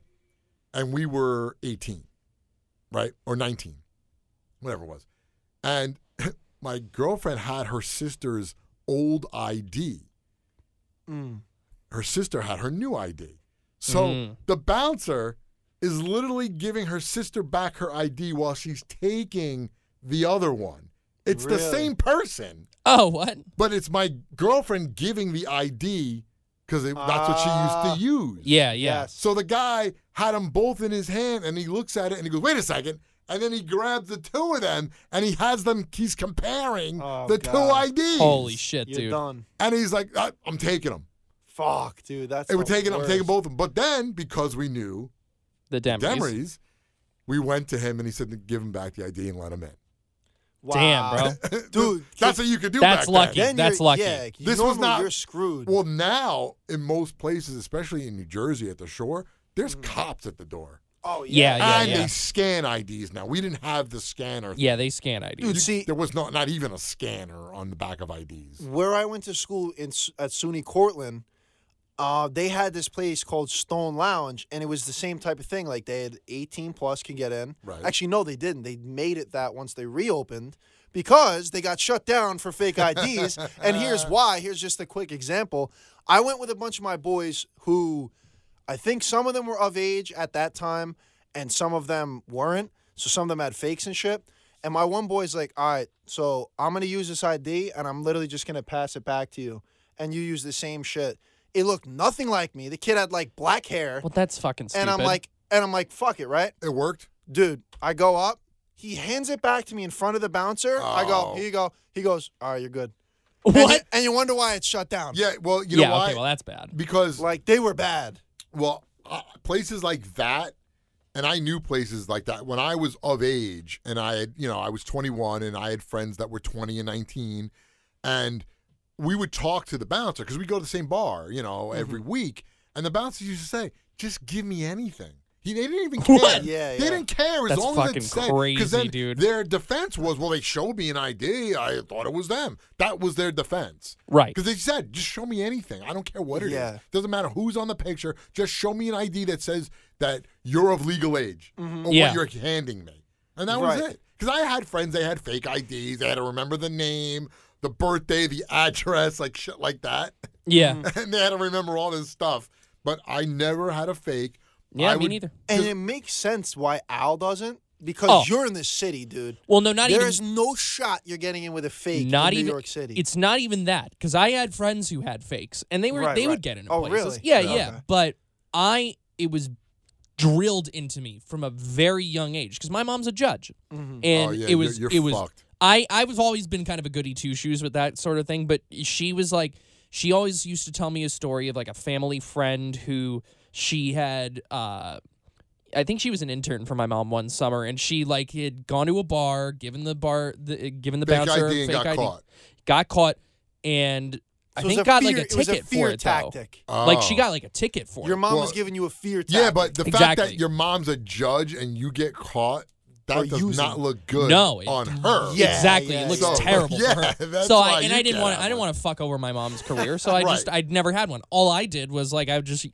S1: and we were 18, right? Or 19. Whatever it was. And my girlfriend had her sister's old ID
S3: Mm.
S1: her sister had her new ID. So
S3: Mm-hmm.
S2: Mm.
S1: the bouncer is literally giving her sister back her ID while she's taking the other one. It's the
S3: Really?
S1: same person,
S2: Oh, what?
S1: but it's my girlfriend giving the ID because that's what
S3: Ah.
S1: she used to use.
S2: Yeah, yeah.
S3: Yes.
S1: So the guy had them both in his hand and he looks at it and he goes, wait a second. And then he grabs the two of them and he has them, he's comparing
S3: Oh,
S1: the
S3: God.
S1: two IDs.
S2: Holy shit,
S3: You're
S2: dude.
S3: done.
S1: And he's like, "I- I'm taking them.
S3: Fuck, dude. That's
S1: It would
S3: the
S1: take it. I'm taking
S3: worst.
S1: both of them. But then, because we knew
S2: The Demrys.
S1: Demrys, we went to him and he said, to "Give him back the ID and let him in."
S2: Damn, bro.
S3: Dude,
S1: that's what you could do.
S2: That's
S1: back then.
S2: lucky.
S3: Then
S2: That's
S3: you're-
S2: lucky.
S3: Yeah, you-
S1: This was
S3: normally
S1: not-
S3: You're screwed.
S1: Well, now in most places, especially in New Jersey at the shore,
S3: Hmm.
S1: there's cops at the door,
S3: oh
S2: Yeah, Uh, yeah,
S1: and
S2: yeah.
S1: they scan IDs now. We didn't have the scanner.
S2: Yeah, they scan IDs.
S3: Dude, see, Mm.
S1: There was not not even a scanner on the back of IDs.
S3: where I went to school in S- at SUNY Cortland, uh, they had this place called Stone Lounge, and it was the same type of thing. Like they had 18 plus could get in.
S1: Right.
S3: Actually, no, they didn't. They made it that once they reopened because they got shut down for fake IDs. and here's why. Here's just a quick example. I went with a bunch of my boys who I think some of them were of age at that time and some of them weren't. So some of them had fakes and shit. And my one boy's like, all right, so I'm going to use this ID and I'm literally just going to pass it back to you. And you use the same shit. It looked nothing like me. The kid had like black hair.
S2: well, that's fucking stupid.
S3: and I'm like, and I'm like, fuck it, right?
S1: It worked.
S3: Dude, I go up. He hands it back to me in front of the bouncer. I go,
S1: Oh.
S3: here you go. He goes, all right, you're good. And you-
S2: what?
S3: And you, wonder why it's shut down.
S1: Yeah. Well, you know
S2: yeah,
S1: why?
S2: okay, well, that's bad.
S1: because
S3: Like they were bad.
S1: well, uh, places like that, and I knew places like that when I was of age, and I had, you know, I was 21, and I had friends that were 20 and 19, and we would talk to the bouncer because we go to the same bar, you know, every
S2: Mm-hmm.
S1: week, and the bouncer used to say, "Just give me anything." He, they didn't even care.
S2: What?
S3: Yeah,
S1: They
S3: yeah.
S1: didn't care as
S2: That's
S1: long as it
S2: fucking
S1: said.
S2: crazy,
S1: then
S2: dude.
S1: Their defense was, "Well, they showed me an ID. I thought it was them." That was their defense.
S2: Right.
S1: Because they said, just show me anything. I don't care what it is.
S3: Yeah.
S1: Doesn't matter who's on the picture. Just show me an ID that says that you're of legal age or
S2: Mm-hmm. Yeah.
S1: what you're handing me. And that was
S3: Right.
S1: it. Because I had friends, they had fake IDs. They had to remember the name, the birthday, the address, like shit like that.
S2: Yeah.
S1: and they had to remember all this stuff. But I never had a fake.
S2: Yeah,
S1: I
S2: me
S1: would-
S2: neither.
S3: And it makes sense why Al doesn't because
S2: Oh.
S3: you're in this city, dude.
S2: Well, no, not
S3: There
S2: even
S3: is no shot you're getting in with a fake
S2: not
S3: in New
S2: even
S3: York City.
S2: It's not even that because I had friends who had fakes and they were
S3: Right,
S2: they would
S3: right.
S2: get into
S3: Oh,
S2: places.
S3: really?
S2: Yeah,
S3: Yeah.
S2: yeah.
S3: Okay.
S2: But I it was drilled into me from a very young age because my mom's a judge and
S3: Mm-hmm.
S1: Oh, yeah,
S2: it was
S1: you're,
S2: it
S1: you're
S2: was
S1: fucked.
S2: I I was always been kind of a goody two shoes with that sort of thing, but she was like she always used to tell me a story of like a family friend who she had uh I think she was an intern for my mom one summer and she like had gone to a bar, given the bar the given the
S1: Fake
S2: bouncer
S1: ID
S2: a
S1: and
S2: fake
S1: got
S2: ID,
S1: caught.
S2: got caught and I
S3: So it was
S2: think got like
S3: fear-
S2: a ticket
S3: it was a fear
S2: for it
S3: tactic.
S2: though. Like she
S1: Oh.
S2: got like a ticket for
S3: Your
S2: it.
S3: mom
S1: Well,
S3: was giving you a fear tactic.
S1: Yeah, but the fact that
S2: Exactly.
S1: your mom's a judge and you get caught, that
S3: Or
S1: does
S3: using-
S1: not look good
S2: No, it-
S1: on her.
S3: Yeah,
S2: exactly.
S3: yeah,
S2: it looks
S3: yeah.
S2: terrible
S1: Yeah,
S2: for her.
S1: that's
S2: so
S1: why
S2: I
S1: you
S2: and I didn't
S1: can't
S2: want
S1: have
S2: I didn't
S1: one.
S2: want to fuck over my mom's career. So I just
S1: Right.
S2: I'd never had one. All I did was like I would just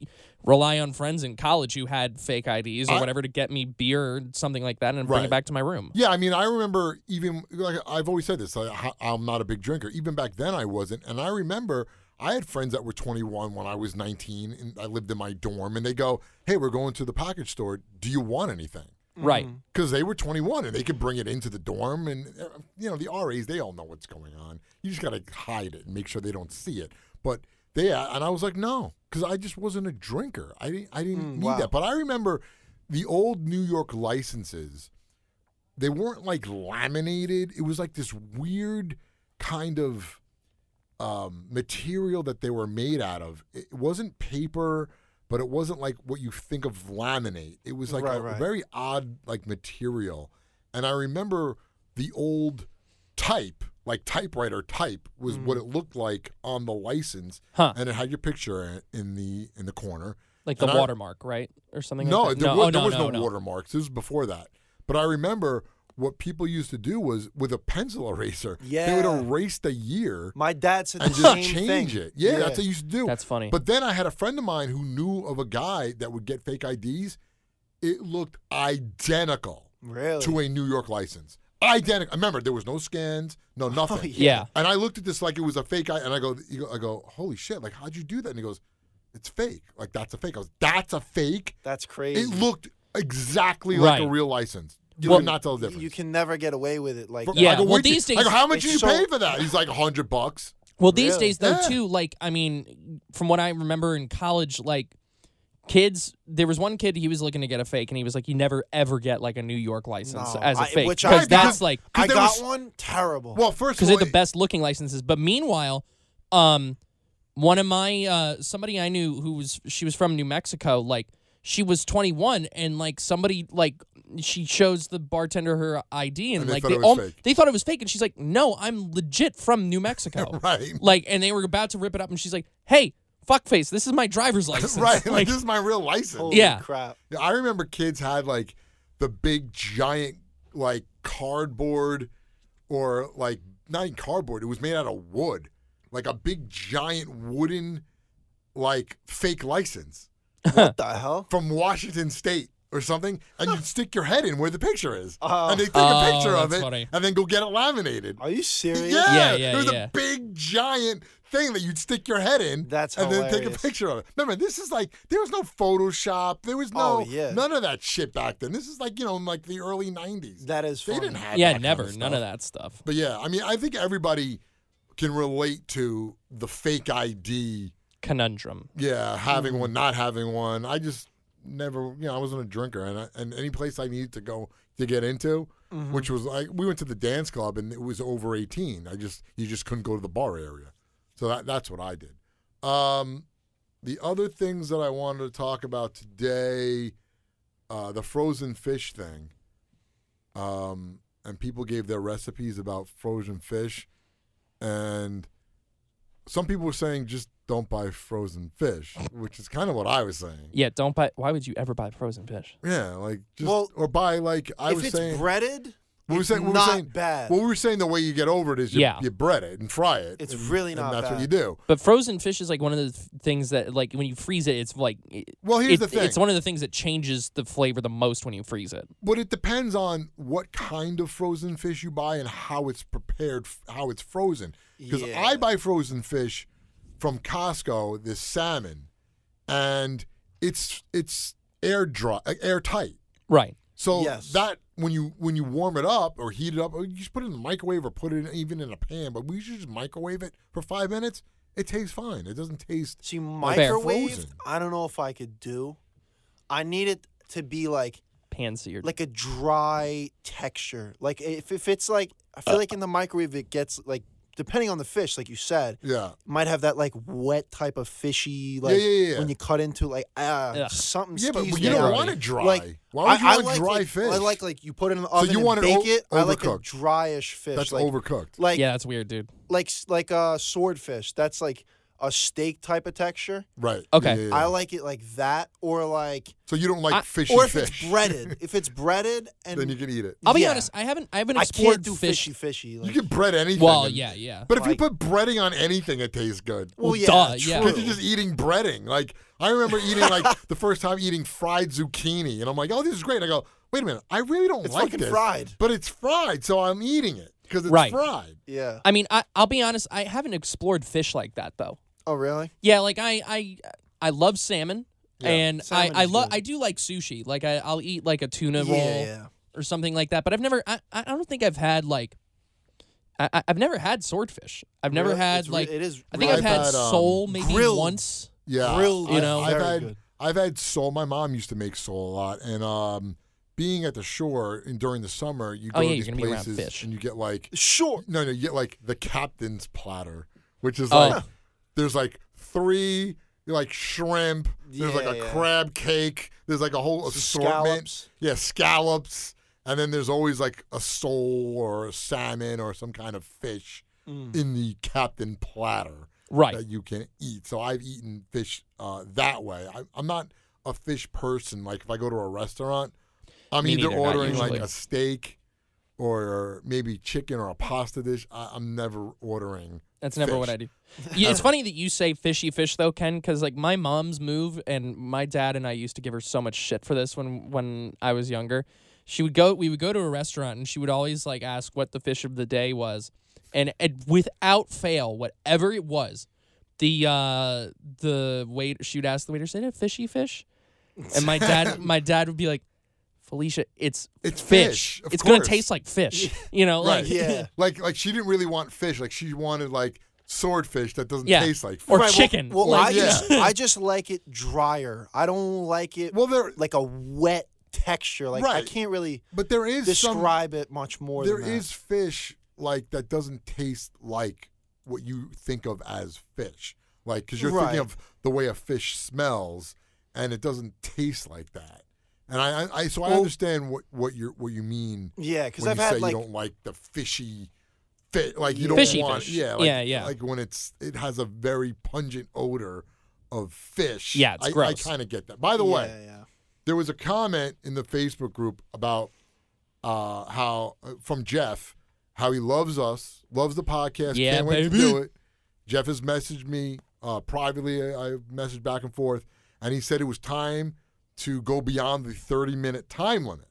S2: rely on friends in college who had fake IDs or
S1: I-
S2: whatever to get me beer or something like that and bring
S1: Uh, Right.
S2: it back to my room.
S1: Yeah, I mean, I remember even like I've always said this. Like, I- I'm not a big drinker. Even back then, I wasn't. And I remember I had friends that were 21 when I was 19, and I lived in my dorm. And they go, "Hey, we're going to the package store. Do you want anything?"
S2: Right.
S1: Because they were 21 and they could bring it into the dorm, and uh, you know the RAs they all know what's going on. You just gotta hide it and make sure they don't see it. But they uh, and I was like, no, because I just wasn't a drinker. I didn't. I didn't
S3: Mm,
S1: need
S3: wow.
S1: that. But I remember the old New York licenses they weren't like laminated. It was like this weird kind of um, material that they were made out of. It wasn't paper, but it wasn't like what you think of laminate. It was like a
S3: Right, right.
S1: very odd like material. And I remember the old type, like typewriter type was what
S3: Mm.
S1: it looked like on the license,
S2: Huh.
S1: and it had your picture in- in the in the corner.
S2: Like the
S1: And I-
S2: watermark, right? Or something
S1: No,
S2: like that?
S1: there,
S2: no,
S1: was,
S2: oh,
S1: there
S2: no,
S1: was
S2: no,
S1: no,
S2: no.
S1: watermarks. This was before that. But I remember what people used to do was with a pencil eraser. they
S3: Yeah.
S1: would erase the year
S3: My dad said the
S1: and just
S3: same
S1: change
S3: thing.
S1: it. Yeah, that's what they used to do.
S2: That's funny.
S1: But then I had a friend of mine who knew of a guy that would get fake IDs. It looked identical
S3: really.
S1: to a New York license. Identical. Remember, there was no scans, no
S3: Oh,
S1: nothing.
S2: yeah.
S1: And I looked at this like it was a fake eye, and I go, you go- I go, holy shit! Like, how'd you do that? And he goes, it's fake. Like that's a fake. I was, that's a fake.
S3: That's crazy.
S1: It looked exactly like a
S2: Right.
S1: real license. You
S2: Well,
S1: could not tell the difference.
S3: you can never get away with it like
S1: For-
S3: that.
S2: Yeah.
S1: I go,
S2: well,
S1: "What'd you-"
S2: these
S1: I go,
S2: days-
S1: how much did you
S3: it's
S1: pay
S3: so-
S1: for that? He's like, a hundred bucks.
S2: Well, these
S3: Really?
S2: days though
S1: Yeah.
S2: too, like I mean, from what I remember in college, like kids, there was one kid he was looking to get a fake, and he was like, "You never ever get like a New York license
S3: No,
S2: as a
S3: I-
S2: fake,"
S3: which I-
S2: because
S1: because-
S2: that's like
S1: Cause
S3: I
S1: there
S3: got
S1: was-
S3: one terrible.
S1: Well, first
S2: because
S1: of
S2: they're
S1: all,
S2: the best looking licenses. But meanwhile, um, one of my uh, somebody I knew who was she was from New Mexico, like she was 21, and like somebody like she shows the bartender her ID, and,
S1: And they
S2: like
S1: thought
S2: they
S1: it was
S2: all
S1: fake.
S2: they thought it was fake, and she's like, "No, I'm legit from New Mexico."
S1: right,
S2: Like, and they were about to rip it up, and she's like, "Hey, fuckface, this is my driver's license."
S1: right. Like, this is my real license.
S3: Holy
S2: yeah.
S3: crap.
S1: Yeah, I remember kids had like the big giant like cardboard or like not even cardboard, it was made out of wood. Like a big giant wooden like fake license
S3: What the hell?
S1: from Washington State or something, and you'd stick your head in where the picture is.
S3: Oh.
S1: and they take a
S2: Oh,
S1: picture of it
S2: that's funny.
S1: and then go get it laminated.
S3: Are you serious?
S1: Yeah,
S2: Yeah, yeah,
S1: it was
S2: yeah.
S1: a big giant thing that you'd stick your head in.
S3: That's
S1: and then take a
S3: hilarious.
S1: picture of it. Remember, this is like there was no Photoshop. There was no
S3: Oh, yeah.
S1: none of that shit back then. This is like you know in like the early nineties.
S3: That is
S1: they
S3: funny.
S1: didn't have
S2: Yeah,
S1: that kind
S2: never.
S1: of stuff.
S2: none of that stuff.
S1: But yeah, I mean, I think everybody can relate to the fake ID.
S2: Conundrum.
S1: Yeah, having one, not having one. I just never, you know, I wasn't a drinker, and I, and any place I needed to go to get into, which was like we went to the dance club, and it was over eighteen. I just you just couldn't go to the bar area, so that that's what I did. Um, the other things that I wanted to talk about today, uh, the frozen fish thing, um, and people gave their recipes about frozen fish, and some people were saying just don't buy frozen fish, which is kind of what I was saying.
S2: Yeah, don't buy. Why would you ever buy frozen fish?
S1: Yeah, like just
S3: Well,
S1: or buy like I
S3: if
S1: was
S3: it's
S1: saying.
S3: breaded,
S1: we were
S3: it's
S1: saying, we were
S3: not
S1: saying-
S3: bad.
S1: Well, we were saying the way you get over it is you,
S2: Yeah.
S1: you bread it and fry it.
S3: It's
S1: and-
S3: really
S1: and
S3: not
S1: that's what
S3: bad.
S1: you do.
S2: But frozen fish is like one of the th- things that, like, when you freeze it, it's like. it-
S1: Well, here's the
S2: it-
S1: thing.
S2: It's one of the things that changes the flavor the most when you freeze it.
S1: But it depends on what kind of frozen fish you buy and how it's prepared, f- how it's frozen. Because
S3: Yeah.
S1: I buy frozen fish from Costco, this salmon, and it's it's air dry, uh, airtight.
S2: Right.
S1: So
S3: Yes.
S1: that when you when you warm it up or heat it up, or you just put it in the microwave or put it in, even in a pan. But we should just microwave it for five minutes. It tastes fine. It doesn't taste.
S3: see
S2: Fair.
S3: microwave.
S1: Frozen.
S3: I don't know if I could do. I need it to be like
S2: Pan seared.
S3: like a dry texture. Like if, if it's like I
S2: Uh.
S3: feel like in the microwave it gets like depending on the fish, like you said,
S1: Yeah.
S3: might have that like wet type of fishy like
S1: yeah, yeah, yeah.
S3: when you cut into like ah
S2: Ugh.
S3: something.
S1: Yeah, but
S3: skeeves
S1: you don't
S3: there.
S2: already.
S1: want it dry.
S3: Like
S1: Why would you
S3: I,
S1: want
S3: I like,
S1: dry
S3: like,
S1: fish?
S3: I like like you put it in the oven
S1: you
S3: and
S1: want it
S3: bake
S1: o-
S3: it. I like a
S1: overcooked.
S3: dryish fish.
S1: that's
S3: like,
S1: overcooked.
S3: Like
S2: yeah, that's weird, dude.
S3: like s- like uh, swordfish. That's like a steak type of texture.
S1: Right.
S2: Okay.
S1: Yeah, yeah, yeah.
S3: I like it like that, or like,
S1: so you don't like
S2: I-
S1: fishy
S3: or if
S1: fish.
S3: it's breaded. if it's breaded and
S1: then you can eat it.
S2: I'll be
S3: Yeah.
S2: honest. I haven't. I haven't
S3: I
S2: explored
S3: can't do
S2: fish.
S3: fishy fishy.
S1: You
S3: Like,
S1: can bread anything.
S2: Well,
S1: and-
S2: yeah, yeah.
S1: But if you
S3: Like-
S1: put breading on anything, it tastes good.
S3: well,
S2: Well,
S3: yeah,
S2: duh, yeah.
S3: true.
S1: Because you're just eating breading. Like I remember eating like the first time eating fried zucchini, and I'm like, "Oh, this is great." I go, "Wait a minute, I really don't
S3: It's
S1: like
S3: fucking
S1: this."
S3: fried.
S1: But it's fried, so I'm eating it because it's
S2: Right.
S1: fried.
S3: yeah.
S2: I mean, I, I'll be honest. I haven't explored fish like that though.
S3: Oh, really?
S2: Yeah, like I I I love salmon. and
S3: Salmon
S2: I I
S3: is
S2: love
S3: good.
S2: I do like sushi. Like I I'll eat like a tuna
S3: Yeah,
S2: roll
S3: yeah.
S2: or something like that. But I've never I, I don't think I've had like I, I- I've never had swordfish. I've never
S3: Really?
S2: had
S3: It's re-
S2: like
S3: it is.
S2: I think
S1: I've
S2: I've had,
S1: had, um,
S2: sole maybe
S3: grilled.
S2: once.
S1: Yeah,
S3: Grilled
S1: I-
S2: is know?
S1: I've
S3: very
S1: had
S3: good.
S1: I've had sole. My mom used to make sole a lot, and um, being at the shore and during the summer, you go
S2: Oh,
S1: to
S2: yeah,
S1: these
S2: you're gonna be around
S1: places
S2: fish.
S1: and you get like
S3: sure.
S1: No, no, you get like the captain's platter, which is
S2: Oh.
S1: like there's like three like shrimp, there's like
S3: Yeah,
S1: a
S3: yeah.
S1: crab cake, there's like a whole
S3: Some
S1: assortment.
S3: scallops.
S1: Yeah, scallops. And then there's always like a sole or a salmon or some kind of fish
S3: Mm.
S1: in the captain platter
S2: Right.
S1: that you can eat. So I've eaten fish uh, that way. I, I'm not a fish person. Like if I go to a restaurant, I'm
S2: Me
S1: either
S2: neither, not
S1: ordering like
S2: usually.
S1: a steak or maybe chicken or a pasta dish. I, I'm never ordering.
S2: That's never what
S1: fish.
S2: I do. Yeah, it's funny that you say fishy fish though, Ken, because like my mom's move and my dad and I used to give her so much shit for this when when I was younger. She would go. We would go to a restaurant and she would always like ask what the fish of the day was, and, and without fail, whatever it was, the uh the waiter she would ask the waiter, "Is it a fishy fish?" And my dad, my dad would be like. Felicia, it's
S1: It's
S2: fish.
S1: fish, of
S2: It's gonna
S1: course."
S2: taste like fish. You know,
S1: Right.
S2: like
S3: Yeah.
S1: Like like she didn't really want fish. Like she wanted like swordfish that doesn't
S2: Yeah.
S1: taste like fish.
S2: Or
S3: Right, well-
S2: chicken.
S3: Well,
S1: Like,
S3: I
S1: yeah.
S3: just I just like it drier. I don't like it
S1: Well, there
S3: like a wet texture. Like I
S1: Right.
S3: can't really
S1: but there is some
S3: describe it much more.
S1: There is
S3: than that.
S1: fish like that doesn't taste like what you think of as fish like because you're
S3: Right.
S1: thinking of the way a fish smells and it doesn't taste like that and i, I I- so i
S3: Well-
S1: understand what what you what you mean
S3: yeah, because
S1: when
S3: I've
S1: you say
S3: had like
S1: you don't like the fishy fit like you
S3: Yeah.
S1: don't
S2: Fishy
S1: want
S2: fish.
S1: yeah like,
S2: Yeah, yeah.
S1: like when it's it has a very pungent odor of fish
S2: Yeah, it's
S1: I,
S2: gross.
S1: i kind of get that by the
S3: yeah,
S1: way
S3: yeah.
S1: there was a comment in the Facebook group about uh, how uh, from Jeff how he loves us, loves the podcast,
S2: Yeah,
S1: can't wait
S2: baby.
S1: to do it. Jeff has messaged me uh, privately. I, I messaged back and forth, and he said it was time to go beyond the 30 minute time limit.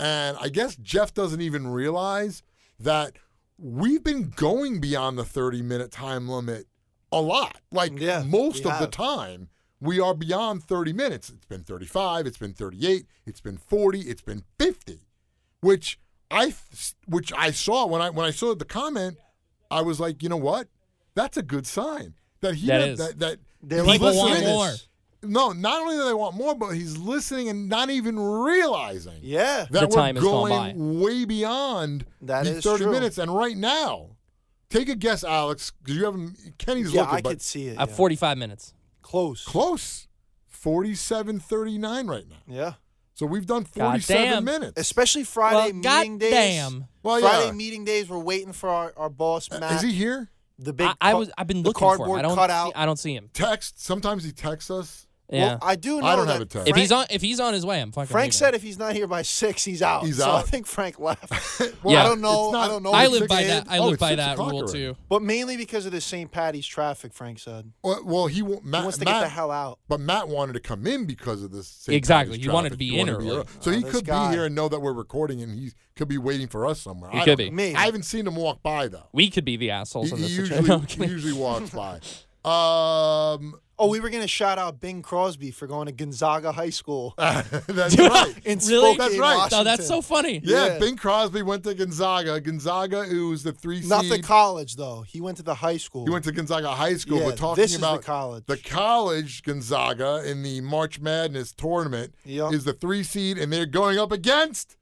S1: And I guess Jeff doesn't even realize that we've been going beyond the 30 minute time limit a lot. Like
S3: Yeah,
S1: most
S3: we
S1: of the
S3: have.
S1: time, we are beyond 30 minutes. It's been 35, it's been 38, it's been 40, it's been 50, which I which I saw when I when I saw the comment, I was like, "You know what? That's a good sign." That he
S2: That
S1: that
S2: is.
S1: that, that
S3: They
S1: he's
S3: like
S2: People want
S1: listening.
S2: more.
S1: No, not only do they want more, but he's listening and not even realizing
S3: Yeah,
S1: that
S2: The time
S1: we're
S2: has gone by.
S1: going way beyond
S3: That
S1: the
S3: is
S1: 30
S3: true.
S1: minutes. And right now, take a guess, Alex, because you haven't. Kenny's
S3: yeah,
S1: looking,
S3: I
S1: but
S3: could see it.
S2: I have
S3: yeah.
S2: 45 minutes.
S3: Close.
S1: close. 47:39 right now.
S3: Yeah,
S1: So we've done
S2: God
S1: 47
S2: damn.
S1: minutes.
S3: especially Friday
S2: well,
S3: meeting days.
S2: goddamn.
S1: Well,
S3: Friday
S1: yeah.
S3: meeting days, we're waiting for our, our boss
S1: Uh,
S3: Matt.
S1: Is he here?
S3: the big?
S2: I, I
S3: cu-
S2: was. I've been
S3: the
S2: looking for him.
S3: cardboard
S2: I don't.
S3: cutout.
S2: See, I don't see him.
S1: Text. Sometimes he texts us.
S2: Yeah.
S3: Well, I do. Know
S1: I don't
S3: that
S1: have a text.
S2: if he's on, if he's on his way, I'm fucking.
S3: Frank
S2: leaving.
S3: said if he's not here by six, he's out.
S1: He's
S3: so I
S1: out.
S3: think Frank left.
S1: Well,
S2: Yeah.
S3: I don't know.
S1: It's not-
S3: I don't know.
S2: I
S3: if
S2: live
S3: he
S2: by
S3: did,
S2: that. I
S1: Oh,
S2: live
S1: it's
S2: by
S1: six
S2: that
S1: o'clock
S2: rule
S1: already.
S2: too.
S3: But mainly because of the St. Patty's traffic, Frank said.
S1: Well, well, he, wa- Matt,
S3: He wants to
S1: Matt-
S3: get the hell out.
S1: But Matt wanted to come in because of this. St.
S2: Exactly.
S1: Patty's
S2: He wanted
S1: traffic.
S2: to be
S1: wanted
S2: in early.
S1: So
S3: Oh,
S1: he
S3: this
S1: could
S3: guy.
S1: be here and know that we're recording, and he could be waiting for us somewhere.
S2: He
S1: I
S2: could
S1: don't
S2: be.
S1: know.
S3: Maybe.
S1: I haven't seen him walk by though.
S2: We could be the assholes
S1: He,
S2: in
S1: he
S2: this situation.
S1: usually he usually walks by. Um,
S3: Oh, we were gonna shout out Bing Crosby for going to Gonzaga High School
S1: that's right.
S2: Really?
S3: in Spokane,
S1: That's right.
S2: No,
S3: Washington.
S2: that's so funny.
S1: Yeah,
S3: Yeah.
S1: Bing Crosby went to Gonzaga. Gonzaga, who was the three seed.
S3: Not the college though. He went to the high school.
S1: He went to Gonzaga High School,
S3: Yeah,
S1: but talking
S3: this is the
S1: about
S3: college.
S1: the college Gonzaga in the March Madness tournament
S3: Yep.
S1: is the three seed, and they're going up against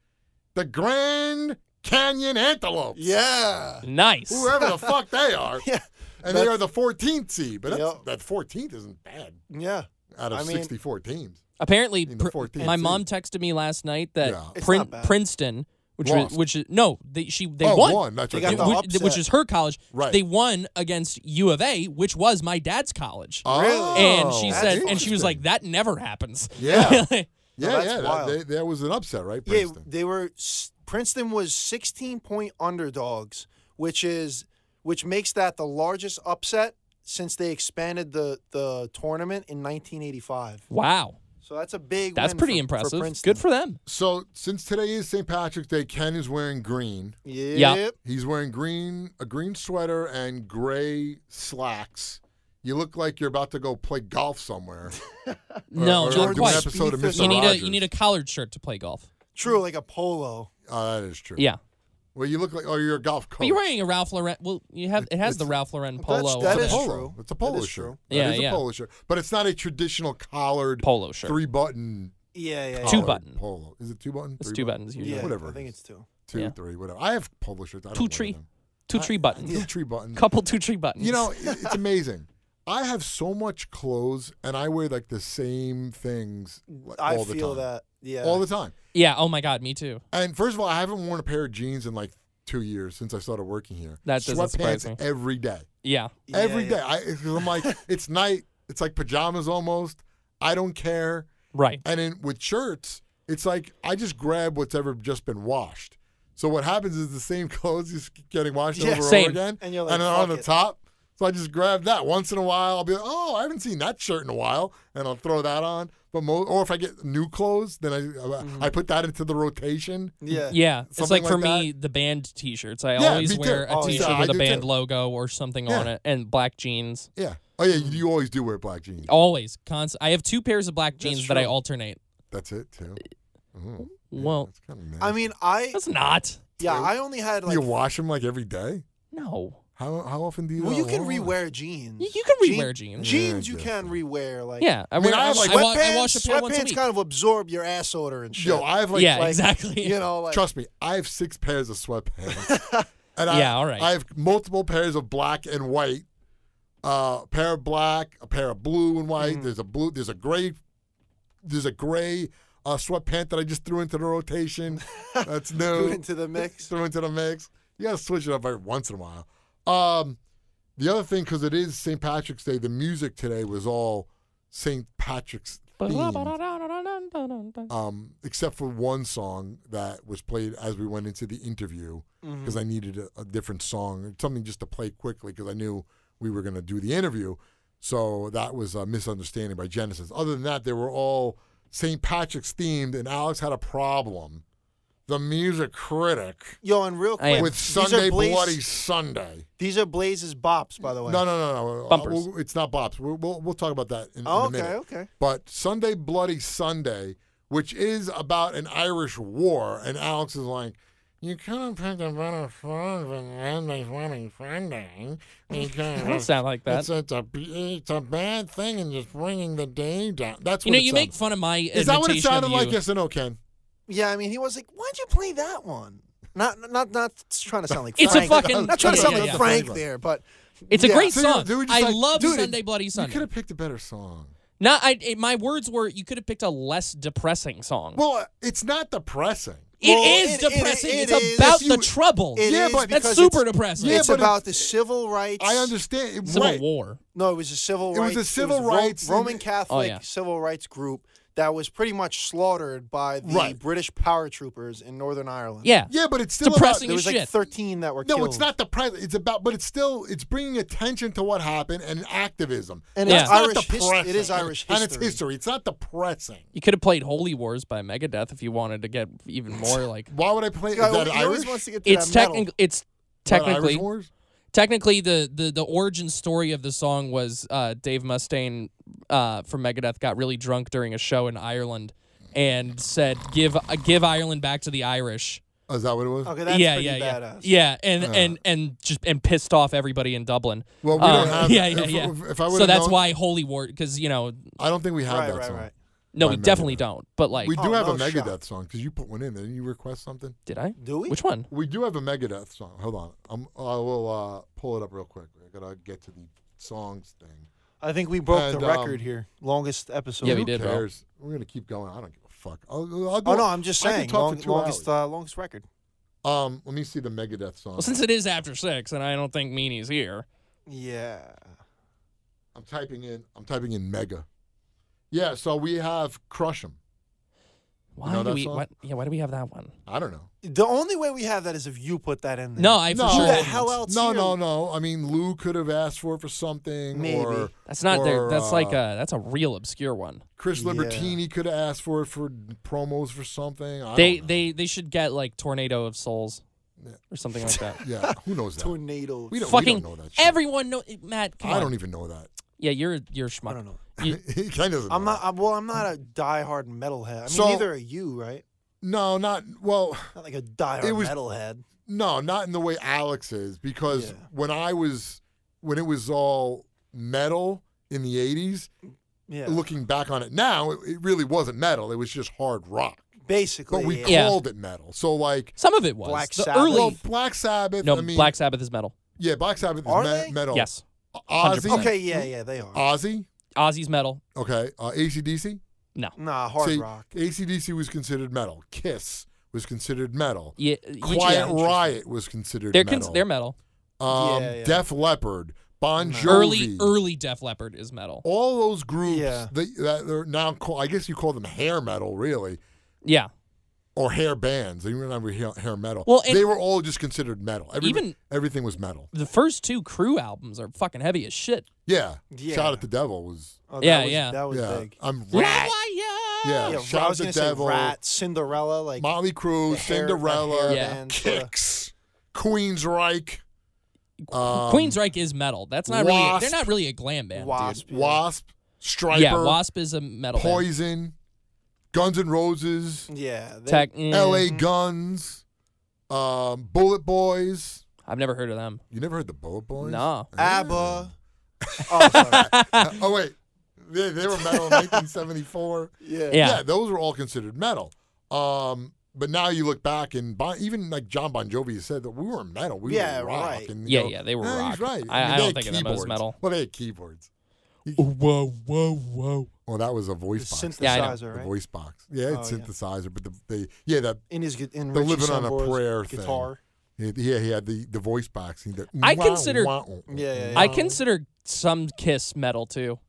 S1: the Grand Canyon Antelopes.
S3: yeah.
S2: Nice.
S1: Whoever the fuck they are.
S3: Yeah.
S1: And they
S3: That's-
S1: are the 14th seed, but that's,
S3: Yep.
S1: that 14th isn't bad
S3: Yeah.
S1: out of
S3: I mean-
S1: 64 teams.
S2: Apparently,
S1: In the
S2: Pr-
S1: 14th
S2: my
S1: seed.
S2: mom texted me last night that
S1: Yeah.
S3: It's
S2: Prin-
S3: not bad.
S2: Princeton, which was,
S1: Lost.
S2: which is no, they, she they
S1: oh,
S2: won.
S1: one. That's
S3: They
S1: right.
S3: got
S1: won.
S3: the
S2: Which,
S3: upset.
S2: which is her college.
S1: Right.
S2: They won against U of A, which was my dad's college.
S1: Oh,
S2: and she
S1: that's
S2: said, and she
S1: interesting.
S2: was like, "That never happens."
S1: Yeah.
S3: No,
S1: Yeah,
S3: that's
S1: yeah, that,
S3: wild.
S1: they, that was an upset, right?
S3: Yeah,
S1: Princeton.
S3: they were s- Princeton was 16 point underdogs, which is which makes that the largest upset since they expanded the the tournament in 1985.
S2: wow,
S3: So that's a big
S2: that's
S3: win
S2: pretty
S3: for- for
S2: impressive.
S3: Princeton.
S2: Good for them.
S1: So since today is St. Patrick's Day, Ken is wearing green.
S3: Yep.
S1: He's wearing green, a green sweater and gray slacks. You look like you're about to go play golf somewhere.
S2: no,
S1: or, or
S2: not
S1: do an
S2: quite.
S1: episode of
S3: Speed
S1: Mr.
S2: You need a
S1: Rogers.
S2: you need a collared shirt to play golf.
S3: True, like a polo.
S1: Oh, that is true.
S2: Yeah,
S1: Well, you look like oh, you're a golf coach.
S2: but you're wearing a Ralph Lauren. Well, you have it has the Ralph Lauren polo.
S1: It's
S2: on
S3: that
S2: it.
S1: a
S3: is
S1: polo.
S3: true.
S1: It's a
S3: That
S1: polo
S3: is
S1: shirt.
S3: true.
S1: That
S2: Yeah,
S1: is
S2: yeah.
S1: a polo shirt, but it's not a traditional collared
S2: polo shirt.
S1: three button.
S3: Yeah, yeah. yeah.
S2: Two button.
S1: polo. Is it two button?
S2: It's
S1: Three
S2: two
S1: button?
S2: buttons usually.
S3: Yeah,
S1: whatever
S3: I
S1: it
S3: think
S1: is.
S3: it's two.
S1: Two,
S2: Yeah.
S1: three, whatever. I have polo shirts. I don't
S2: Two
S1: wear
S2: tree.
S1: them.
S2: Two tree buttons.
S1: Two tree buttons.
S2: Couple two tree buttons.
S1: You know, it- it's amazing. I have so much clothes, and I wear like the same things.
S3: I
S1: all the
S3: feel
S1: time.
S3: that. Yeah.
S1: all the time.
S2: Yeah. Oh my God. Me too.
S1: And first of all, I haven't worn a pair of jeans in like two years since I started working here.
S2: That doesn't
S1: Sweatpants
S2: surprise me.
S1: every day.
S2: Yeah.
S3: Yeah,
S1: Every
S3: yeah.
S1: day. I, 'cause I'm like, it's night. It's like pajamas almost. I don't care.
S2: Right.
S1: And then with shirts, it's like I just grab what's ever just been washed. So what happens is the same clothes is getting washed
S3: Yeah,
S1: over and
S2: same.
S1: over again,
S3: And you're like,
S1: and then on
S3: "Fuck
S1: the
S3: it."
S1: top. So I just grab that once in a while. I'll be like, oh, I haven't seen that shirt in a while, and I'll throw that on. But mo- or if I get new clothes, then I uh, I put that into the rotation.
S3: Mm-hmm. Yeah.
S2: Yeah. it's
S1: Something
S2: like for
S1: like
S2: me the band T-shirts. I
S1: Yeah,
S2: always
S1: me too.
S2: wear a
S1: Oh, yeah.
S2: T-shirt
S1: I
S2: with a
S1: do
S2: band
S1: too.
S2: logo or something on
S1: Yeah.
S2: it, and black jeans.
S1: Yeah. Oh yeah,
S3: Mm-hmm.
S1: you, you always do wear black
S2: Oh.
S1: jeans.
S2: Always. Const- I have two pairs of black jeans that I
S3: true.
S2: alternate.
S1: That's it too. Mm. Yeah,
S2: Well-
S1: that's kind of nice.
S3: I mean, I
S2: That's not.
S3: yeah, I only had like
S1: you wash them like every day.
S2: No.
S1: How how often do you?
S3: well, you can
S1: rewear.
S3: rewear jeans.
S2: You- you can
S3: Jean-
S2: rewear jeans.
S3: Jeans
S1: Yeah,
S3: you
S1: I
S3: can rewear like
S2: Yeah. I,
S1: mean,
S2: wear,
S1: I
S2: I,
S1: have,
S2: wa-
S1: like,
S2: I, wa- I
S3: Sweatpants,
S2: wash a pair once a
S3: sweatpants
S2: week.
S3: kind of absorb your ass odor and shit.
S1: Yo, I have like
S2: yeah.
S1: like-
S2: exactly.
S3: you know, like
S1: Trust me, I have six pairs of sweatpants. and I,
S2: Yeah, all right.
S1: I have multiple pairs of black and white. Uh, a pair of black, a pair of blue and
S3: Mm.
S1: white. There's a blue. There's a gray. There's a gray uh, sweatpant that I just threw into the rotation. That's
S3: threw
S1: new.
S3: into the mix.
S1: threw into the mix. You gotta switch it up every once in a while. Um, the other thing, because it is St. Patrick's Day, the music today was all St. Patrick's themed um, except for one song that was played as we went into the interview
S3: Mm-hmm.
S1: because I needed a, a different song, something just to play quickly because I knew we were going to do the interview. So that was a misunderstanding by Genesis. Other than that, they were all St. Patrick's themed, and Alex had a problem. The music critic
S3: Yo, and real
S2: I
S3: quick,
S2: am.
S1: with
S3: these are
S1: Sunday
S3: Blaze-
S1: Bloody Sunday.
S3: These are Blaze's bops, by the way.
S1: No, no, no, no.
S2: Bumpers.
S1: we'll- it's not bops. We'll, we'll, we'll talk about that in, in
S3: Oh,
S1: a minute.
S3: okay, okay.
S1: But Sunday Bloody Sunday, which is about an Irish war, and Alex is like, you couldn't pick a better song than Sunday Bloody Sunday. because
S2: Don't sound like that.
S1: It's, it's, a, it's a bad thing and just bringing the day down. That's
S2: You
S1: what
S2: know,
S1: it
S2: you make
S1: sounded-
S2: fun of my.
S1: Is that what it
S2: imitation of
S1: sounded like?
S2: you.
S1: Yes and no, Ken.
S3: Yeah, I mean, he was like, "Why'd you play that one?" Not, not, not trying to sound like
S2: It's a
S3: Frank.
S2: fucking-
S3: not trying to
S2: yeah,
S3: sound
S2: yeah,
S3: like
S2: yeah.
S3: Frank there, but
S2: It's a
S3: Yeah.
S2: great
S1: So you-
S2: song.
S1: they were just
S2: I
S1: like,
S2: love
S1: "Dude,
S2: Sunday Bloody
S1: You could
S2: Sunday.
S1: have picked a better song.
S2: Not, I, it- my words were you could have picked a less depressing song.
S1: Well, it's not depressing.
S2: It
S3: Well,
S2: is
S3: it- it-
S2: depressing.
S3: it
S2: it's
S3: is.
S2: about
S3: Yes,
S2: the
S3: you-
S2: trouble.
S3: it
S1: Yeah,
S3: is
S1: but-
S3: because
S2: That's super
S3: it's,
S2: depressing.
S1: Yeah,
S3: it's
S1: but it-
S3: about the civil rights.
S1: I understand. It,
S2: Civil
S1: right.
S2: war.
S3: No, it was a civil
S1: It was
S3: rights.
S1: a civil
S3: Ro-
S1: rights-
S3: Roman Catholic
S2: Oh, yeah.
S3: civil rights group that was pretty much slaughtered by the
S1: Right.
S3: British power troopers in Northern Ireland.
S2: Yeah.
S1: Yeah, but it's still about
S2: Depressing
S3: there was
S2: as
S3: like
S2: shit.
S3: 13 that were
S1: No,
S3: killed.
S1: it's not the president. It's about, but it's still, it's bringing attention to what happened and activism.
S3: And
S1: That's
S2: it's
S1: not
S3: Irish his-
S1: depressing.
S3: it is Irish
S1: and it's
S3: history.
S1: history. It's not depressing.
S2: You could have played Holy Wars by Megadeth if you wanted to get even more like.
S1: Why would I play? Is
S3: Yeah,
S1: that
S3: he always
S1: Irish?
S3: wants to get to
S2: it's
S1: uh,
S3: that metal.
S2: technically. It's
S1: About Irish
S2: technically.
S1: wars?
S2: Technically, the, the, the origin story of the song was uh, Dave Mustaine uh, from Megadeth got really drunk during a show in Ireland and said, "Give uh, give Ireland back to the Irish."
S1: Oh, is that what it was?
S3: Okay, that's
S2: yeah,
S3: pretty
S2: yeah,
S3: badass.
S2: yeah, yeah, and and and just and pissed off everybody in Dublin.
S1: Uh. Well, we
S2: Um,
S1: don't have.
S2: yeah, yeah,
S1: if,
S2: yeah.
S1: If, if I would
S2: so that's why Holy War, because you know,
S1: I don't think we have
S3: Right,
S1: that
S3: right,
S1: song.
S3: right.
S2: no,
S1: By
S2: we definitely
S1: Megadeth.
S2: don't. But like,
S1: We do
S3: Oh,
S1: have a
S3: no
S1: Megadeth
S3: shot.
S1: song because you put one in. Didn't you request something?
S2: did I?
S3: Do we?
S2: Which one?
S1: We do have a Megadeth song. Hold on, I'm, I will uh, pull it up real quick. I gotta get to the songs thing.
S3: I think we broke
S1: And,
S3: the
S1: um,
S3: record here. Longest episode.
S2: Yeah, we
S1: Who
S2: did, bro.
S1: cares? We're gonna keep going. I don't give a fuck. I'll, I'll do
S3: Oh
S1: it.
S3: no, I'm just
S1: I could
S3: saying.
S1: talk for
S3: Long,
S1: two
S3: longest
S1: hours.
S3: uh, longest record.
S1: Um, let me see the Megadeth song.
S2: Well, since it is after six, and I don't think Meanie's here.
S3: Yeah.
S1: I'm typing in. I'm typing in Mega. Yeah. So we have Crush 'em.
S2: Why
S1: know
S2: do
S1: that
S2: we?
S1: song?
S2: What, yeah, why do we have that one?
S1: I don't know.
S3: The only way we have that is if you put that in there.
S2: No, I for
S1: No.
S2: sure.
S1: Who the
S2: didn't.
S3: hell else?
S1: No,
S3: here?
S1: no, no. I mean, Lou could have asked for it for something,
S3: Maybe.
S1: or
S2: That's not there.
S1: or,
S2: That's
S1: uh,
S2: like a that's a real obscure one.
S1: Chris
S3: Yeah.
S1: Libertini could have asked for it for promos for something. I
S2: They
S1: don't know.
S2: they they should get like Tornado of Souls or something like that.
S1: yeah. Who knows that?
S3: Tornado.
S1: We don't.
S2: Fucking
S1: we don't know that. Shit.
S2: everyone know Matt. Come
S1: I
S2: on.
S1: don't e-, even know that.
S2: Yeah, you're you're a schmuck.
S3: I don't know.
S2: You-
S1: he kind of doesn't.
S3: I'm
S1: know
S3: not. uh, I'm, well, I'm not a diehard metalhead. I mean,
S1: So-
S3: neither are you, right?
S1: that. No, not well.
S3: Not like a diehard
S1: It was-
S3: metalhead.
S1: No, not in the way Alex is, because
S3: Yeah.
S1: when I was when it was all metal in the '80s,
S3: Yeah.
S1: looking back on it now, it, it really wasn't metal. It was just hard rock.
S3: basically.
S1: But we
S3: yeah.
S2: Yeah.
S1: called it metal. So like
S2: Some of it was
S3: Black
S2: the
S3: Sabbath.
S2: early.
S1: well, Black Sabbath.
S2: no,
S1: I mean,
S2: Black Sabbath is metal.
S1: Yeah, Black Sabbath is
S3: Are
S1: me-
S3: they?
S1: metal.
S2: Yes,
S1: Ozzy.
S2: 100%.
S1: Uh,
S3: Okay. Yeah. Yeah. They are.
S1: Ozzy.
S2: Ozzy's metal.
S1: Okay. Uh, ACDC.
S2: No.
S3: Nah, hard
S1: See,
S3: rock.
S1: ACDC was considered metal. Kiss was considered metal.
S2: Yeah,
S1: Quiet
S2: yeah.
S1: Riot was considered
S2: They're
S1: metal.
S2: cons- they're metal.
S1: um,
S3: Yeah, yeah.
S1: Def Leppard, Bon Jovi.
S2: Early early Def Leppard is metal.
S1: all those groups
S3: Yeah.
S1: that, that are now called, I guess you call them hair metal, really,
S2: Yeah.
S1: or hair bands. They were not really hair, hair metal.
S2: Well, and-
S1: they were all just considered metal. Every,
S2: Even-
S1: everything was metal.
S2: The first two crew albums are fucking heavy as shit.
S1: Yeah.
S3: Yeah.
S1: Shout at the devil was.
S3: Oh,
S2: Yeah,
S3: that was,
S2: yeah.
S3: That was
S1: yeah,
S3: big.
S1: I'm
S2: Rat.
S1: rat. Yeah,
S3: Yeah,
S1: shout
S3: I
S1: at
S3: was
S1: the
S3: gonna say
S1: devil.
S3: Rat, Cinderella, like
S1: Molly Crew,
S3: the hair- the
S1: Cinderella,
S3: hair
S2: Yeah.
S3: band, sorta.
S1: Kicks, Queensryche, um,
S2: Queensryche is metal. That's not really.
S1: Wasp.
S2: They're not really a glam band. dude.
S3: Wasp.
S1: Wasp, Striper,
S2: Yeah, Wasp is a metal band.
S1: Poison, Guns N' Roses,
S3: Yeah, they-
S2: Tech. mm,
S1: L.A. Guns, um, Bullet Boys.
S2: I've never heard of them.
S1: You never heard the Bullet Boys?
S2: No.
S1: Ah.
S3: ABBA. oh, sorry.
S1: oh wait, they, they were metal in 1974.
S3: Yeah.
S2: Yeah.
S1: those were all considered metal. Um, but now you look back and bon, even like John Bon Jovi said that we weren't metal. We
S3: Yeah,
S1: were rock.
S3: right.
S1: And, you
S2: Yeah,
S1: know,
S2: yeah, they were
S1: "Eh,
S2: rock.
S1: He's right.
S2: I- I
S1: mean, they
S2: don't
S1: had
S2: think of
S1: keyboards.
S2: them as metal.
S1: Well, they had keyboards.
S2: Whoa, whoa, whoa.
S1: Well, that was a
S3: The
S1: voice box.
S2: Yeah, I know.
S3: synthesizer,
S1: the
S3: right?
S1: voice box. Yeah, it's
S3: Oh, yeah.
S1: synthesizer, but the they, yeah that
S3: In his gu- in
S1: The
S3: Richie
S1: Living on a
S3: Samboro's
S1: Prayer thing.
S3: guitar.
S1: yeah he had the the voice box. He did-
S2: I
S1: wah,
S2: consider-
S1: wah, wah.
S3: Yeah, yeah, yeah.
S1: Um,
S2: I consider some Kiss metal too.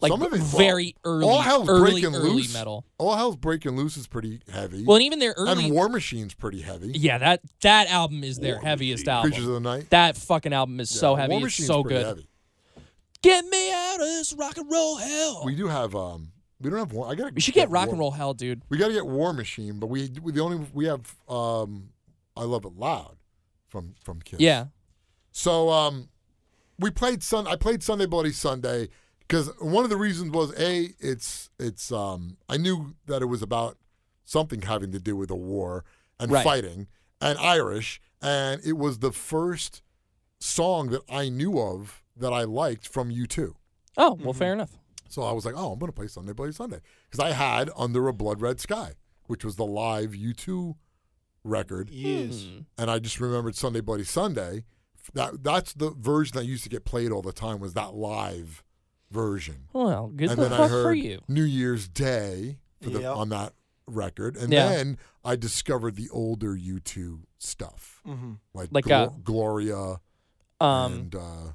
S2: Like
S1: Some of it's all-
S2: very early,
S1: all hell's
S2: early,
S1: breaking
S2: early
S1: loose.
S2: metal.
S1: All Hell's Breaking Loose is pretty heavy.
S2: Well, and even their
S1: and
S2: early,
S1: War Machine's pretty heavy.
S2: yeah, that that album is their heaviest album.
S1: Creatures of the Night.
S2: that fucking album is so
S1: Yeah,
S2: heavy,
S1: War
S2: it's
S1: Machine's
S2: so
S1: pretty
S2: good.
S1: heavy.
S2: Get me out of this rock and roll hell.
S1: We do have um. We don't have one. I gotta.
S2: We should get rock
S1: War-
S2: and roll hell, dude.
S1: We gotta get War Machine, but we, we the only we have um. I love it loud, from from Kiss.
S2: Yeah.
S1: So um, we played Sun. I played Sunday Bloody Sunday because one of the reasons was a it's it's um I knew that it was about something having to do with the war and
S2: Right.
S1: fighting and Irish, and it was the first song that I knew of that I liked from U two.
S2: Oh
S1: Mm-hmm.
S2: well, fair enough.
S1: So I was like, oh, I'm going to play Sunday Bloody Sunday. Because I had Under a Blood Red Sky, which was the live U2 record.
S3: Yes.
S2: Hmm.
S1: And I just remembered Sunday Bloody Sunday. That That's the version that used to get played all the time was that live version.
S2: Well, good
S1: and
S2: the
S1: then I
S2: fuck for
S1: heard
S2: you.
S1: New Year's Day for the,
S3: Yep.
S1: on that record. And
S2: Yeah.
S1: then I discovered the older U2 stuff.
S3: Mm-hmm.
S1: Like,
S2: Like,
S1: Glo-
S2: uh,
S1: Gloria
S2: Um,
S1: and uh,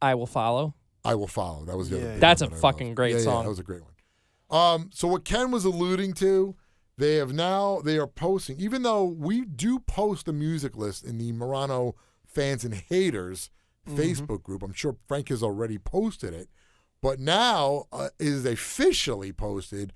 S2: I will follow.
S1: I Will Follow. That was the
S3: Yeah,
S1: other
S3: yeah.
S1: big
S2: That's
S1: one
S2: a
S1: that I
S2: fucking
S1: loved.
S2: great
S1: Yeah, yeah,
S2: song.
S1: that was a great one. Um, so what Ken was alluding to, they have now they are posting, even though we do post the music list in the Murano fans and haters
S2: Mm-hmm.
S1: Facebook group. I'm sure Frank has already posted it, but now uh, it is officially posted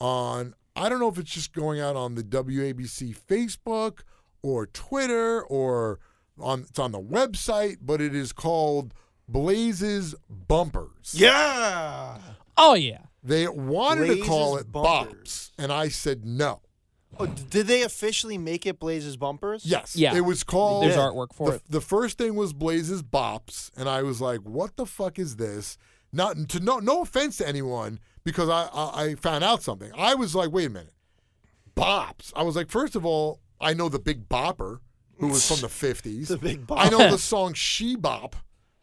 S1: on. I don't know if it's just going out on the WABC Facebook or Twitter or on it's on the website, but it is called Blazes Bumpers.
S3: Yeah.
S2: Oh yeah.
S1: They wanted to call
S3: Blazes
S1: it
S3: Bumpers.
S1: Bops, and I said no.
S3: Oh, d- did they officially make it Blazes Bumpers?
S1: Yes,
S2: Yeah.
S1: it was called.
S2: There's artwork for
S1: the,
S2: it.
S1: the first thing was Blaze's Bops, and I was like, "What the fuck is this?" Not to no no offense to anyone, because I I, I found out something. I was like, "Wait a minute, Bops." I was like, first of all, I know the Big Bopper, who was from the '50s.
S3: The Big
S1: I
S3: Bop.
S1: know the song "She Bop"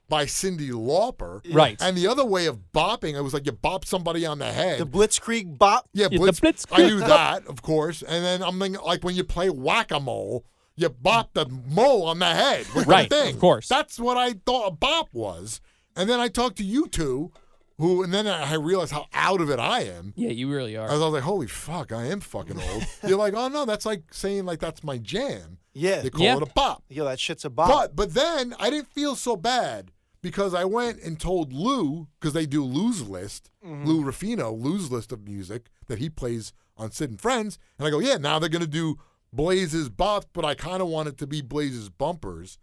S1: by Cindy Lauper.
S2: Right.
S1: And the other way of bopping, I was like, you bop somebody on the head.
S3: The Blitzkrieg Bop.
S1: Yeah,
S2: Yeah, the
S1: Blitz.
S2: Blitz-
S1: I knew that, of course. And then I'm thinking, like when you play whack a mole, you bop the mole on the head with
S2: Right,
S1: the thing.
S2: of course.
S1: That's what I thought a bop was. And then I talked to you two, who, and then I realized how out of it I am.
S2: Yeah, you really are.
S1: I was, I was like, holy fuck, I am fucking old. You're like, oh no, that's like saying like that's my jam.
S3: Yeah.
S1: They call
S2: Yeah.
S1: it a bop.
S3: Yo, that shit's a bop.
S1: But but then I didn't feel so bad because I went and told Lou because they do Lou's list, Lou Ruffino Lou's list of music that he plays on Sid and Friends, and I go, yeah, now they're gonna do Blaze's Bops, but I kind of want it to be Blaze's Bumpers.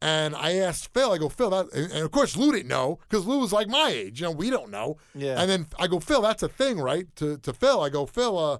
S1: And I asked Phil, I go, Phil, that, and and of course Lou didn't know because Lou was like my age, you know, we don't know.
S3: Yeah.
S1: And then I go, Phil, that's a thing, right? To to Phil, I go, Phil, uh,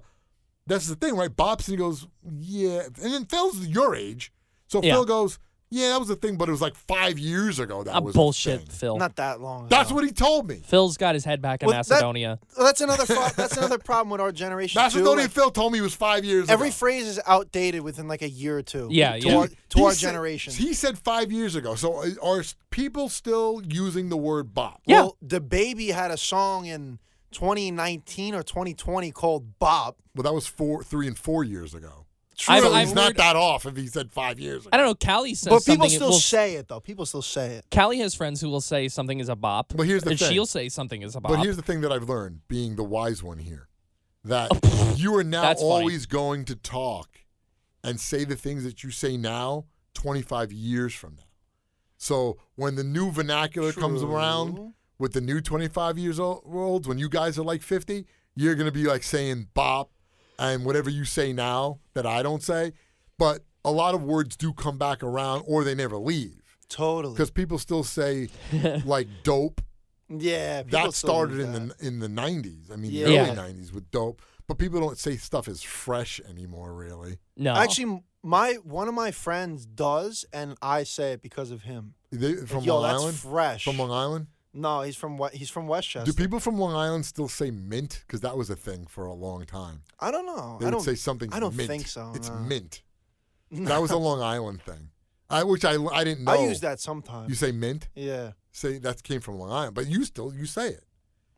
S1: that's the thing, right? Bobson he goes, yeah. And then Phil's your age. So
S2: Yeah.
S1: Phil goes, yeah, that was a thing, but it was like five years ago that
S2: Ah,
S1: was a
S2: bullshit,
S1: thing."
S2: Phil.
S3: Not that long.
S1: That's
S3: ago.
S1: what he told me.
S2: Phil's got his head back in
S3: Well, that-
S2: Macedonia.
S3: That's another. Fro- that's another problem with our generation
S1: That's
S3: too.
S1: what Tony
S3: like,
S1: Phil told me it was five years
S3: every
S1: ago.
S3: phrase is outdated within like a year or two.
S2: Yeah,
S3: To
S2: yeah.
S3: our, to
S1: He
S3: our
S1: said-
S3: generation.
S1: He said five years ago. So uh, are s- people still using the word bop?
S2: Yeah.
S3: Well, the baby had a song in 2019 or 2020 called Bob.
S1: Well, that was four, three, and four years ago.
S2: I've-
S1: so
S2: I've
S1: he's not
S2: heard-
S1: that off if he said five years
S2: I
S1: ago.
S2: don't know. Callie says
S3: But
S2: something.
S3: people
S2: it
S3: still
S2: will-
S3: say it though. People still say it.
S2: Callie has friends who will say something is a bop.
S1: But here's the
S2: and
S1: thing.
S2: she'll say something is a bop.
S1: But here's the thing that I've learned, being the wise one here, that you are now
S2: That's funny.
S1: always going to talk and say the things that you say now 25 years from now. So when the new vernacular comes around
S3: True.
S1: with the new 25 years old olds, when you guys are like 50, you're going to be like saying bop and whatever you say now that I don't say. But a lot of words do come back around or they never leave.
S3: Totally.
S1: Because people still say like dope
S3: Yeah. people
S1: that
S3: still do
S1: started in the in the nineties. I mean, the
S3: Yeah.
S1: early nineties with dope, but people don't say stuff is fresh anymore. Really,
S2: no.
S3: Actually, my one of my friends does, and I say it because of him.
S1: they, from
S3: Yo,
S1: Long
S3: that's
S1: Island.
S3: fresh.
S1: From Long Island,
S3: no, he's from what? He's from Westchester.
S1: do people from Long Island still say mint? Because that was a thing for a long time.
S3: I don't know.
S1: They
S3: I
S1: would
S3: don't
S1: say something.
S3: I don't
S1: mint.
S3: think so.
S1: It's
S3: no.
S1: mint.
S3: No.
S1: That was a Long Island thing. I which I I didn't know.
S3: I use
S1: You
S3: that sometimes.
S1: say mint.
S3: yeah.
S1: Say that came from Long Island, but you still you say it.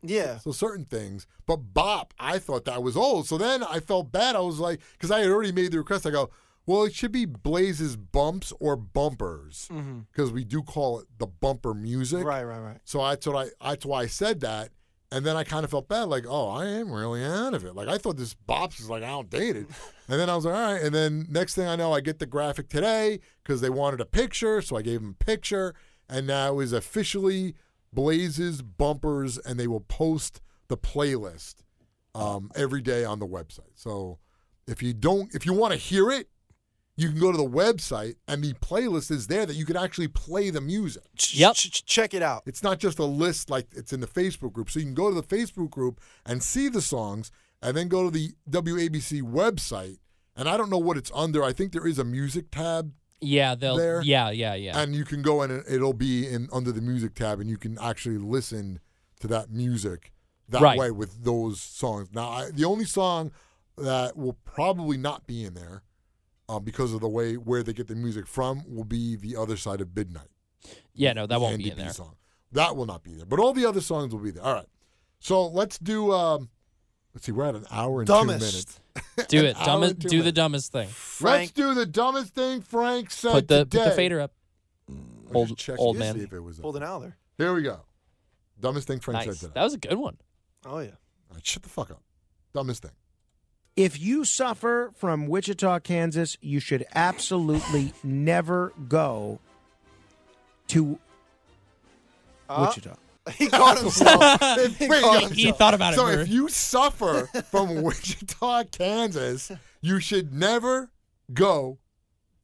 S3: Yeah.
S1: So certain things, but bop, I thought that was old. So then I felt bad. I was like, because I had already made the request. I go, well, it should be Blaze's bumps or bumpers,
S3: Mhm.
S1: because we do call it the bumper music.
S3: Right. Right. Right.
S1: So I thought I that's why I said that, and then I kind of felt bad, like, oh, I am really out of it. Like I thought this bops was like outdated, and then I was like, all right. And then next thing I know, I get the graphic today because they wanted a picture, so I gave them a picture, and now is officially Blazes bumpers, and they will post the playlist um, every day on the website. So if you don't, if you want to hear it. You can go to the website and the playlist is there that you can actually play the music.
S3: Ch-
S2: Yep.
S3: ch- ch- check it out.
S1: It's not just a list like it's in the Facebook group. So you can go to the Facebook group and see the songs and then go to the WABC website. And I don't know what it's under. I think there is a music tab
S2: yeah, they'll.
S1: there-
S2: Yeah, yeah, yeah.
S1: and you can go and it'll be in under the music tab and you can actually listen to that music that
S2: Right.
S1: way with those songs. Now, I, the only song that will probably not be in there uh, because of the way where they get the music from will be The Other Side of Midnight.
S2: yeah, no, that
S1: the
S2: won't be
S1: NDP
S2: in there.
S1: Song. That will not be there, but all the other songs will be there. All right, so let's do. Um, let's see, we're at an hour and two minutes.
S3: Dumbest.
S2: Do
S1: An
S2: it.
S1: hour
S2: Dumb,
S1: and two
S2: do the
S1: minutes.
S2: dumbest thing.
S1: Let's
S3: Frank.
S1: do the dumbest thing Frank said
S2: Put the,
S1: today.
S2: put the fader up.
S1: I'll
S2: old-
S1: just check
S2: old
S1: here,
S2: man.
S1: see if it was up.
S3: Pulled an out there.
S1: Here we go. Dumbest thing Frank
S2: Nice.
S1: said
S2: That
S1: today.
S2: was a good one.
S3: Oh yeah.
S1: All right, shut the fuck up. Dumbest thing.
S4: If you suffer from Wichita, Kansas, you should absolutely never go to
S3: Uh,
S4: Wichita.
S3: He caught himself.
S1: Wait,
S3: caught
S1: yeah.
S3: himself.
S2: Oh, He thought about it.
S1: so
S2: for-
S1: if you suffer from Wichita, Kansas, you should never go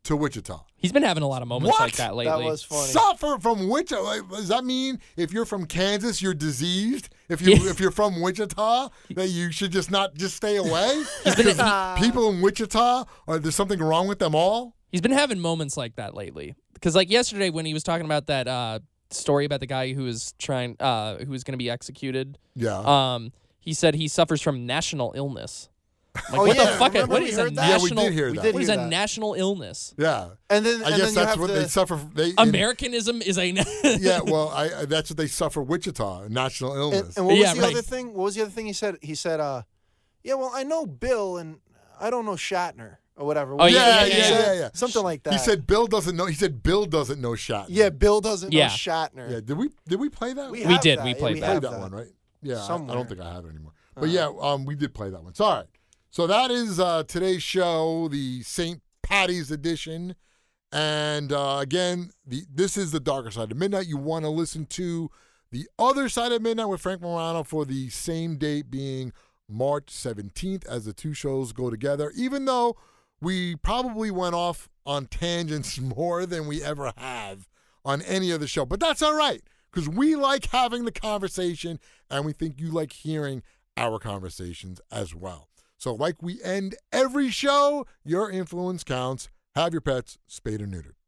S1: to Wichita.
S2: He's been having a lot of moments
S1: What?
S2: like that lately.
S3: that was funny.
S1: Suffer from Wichita. Like, Does that mean if you're from Kansas, you're diseased? If you
S2: Yeah.
S1: if you're from Wichita, that you should just not just stay away?
S3: Uh,
S1: Because people in Wichita are there's something wrong with them all?
S2: He's been having moments like that lately. Because like yesterday when he was talking about that uh, story about the guy who was trying, uh, who was going to be executed,
S1: Yeah.
S3: Uh-huh. Uh,
S2: um, he said he suffers from national illness. I'm Like,
S3: Oh,
S2: what
S3: yeah.
S2: the fuck?
S3: Remember
S2: What
S3: we
S2: is a
S3: heard that?
S1: yeah, we
S2: national?
S1: did hear
S3: we
S1: that.
S3: did
S2: what is
S3: hear
S2: a
S3: that.
S2: national illness?
S1: yeah.
S3: And then
S1: I
S3: and
S1: guess
S3: then you
S1: that's
S3: have
S1: what
S3: the,
S1: they suffer from. They, in-
S2: Americanism is a.
S1: yeah, well, I, I- that's what they suffer Wichita, national
S3: And,
S1: illness.
S3: and what
S2: Yeah,
S3: was the
S2: right.
S3: other thing? What was the other thing he said? He said, uh, "Yeah, well, I know Bill, and I don't know Shatner or whatever."
S2: Oh, yeah,
S1: yeah, yeah,
S2: yeah,
S1: yeah,
S2: yeah,
S1: yeah,
S3: yeah. Something like that.
S1: He said Bill doesn't know. He said Bill doesn't know Shatner.
S3: "Yeah, Bill doesn't
S2: Yeah.
S3: know Shatner."
S1: Yeah, did we did we play that?
S2: We
S3: have
S2: did,
S3: that.
S2: we
S3: Yeah,
S2: played
S3: we
S1: played
S3: have
S1: that, one, right? Yeah, I- I,
S3: Somewhere.
S1: don't think I have it anymore. But yeah, um, we did play that one. So, all right. So that is uh, today's show, the St. Patty's edition. And uh, again, the this is the Darker Side of Midnight. You want to listen to the other side of Midnight with Frank Morano for the same date being March 17th as the two shows go together, even though we probably went off on tangents more than we ever have on any other show. But that's all right because we like having the conversation and we think you like hearing our conversations as well. So, like we end every show, your influence counts. Have your pets spayed or neutered.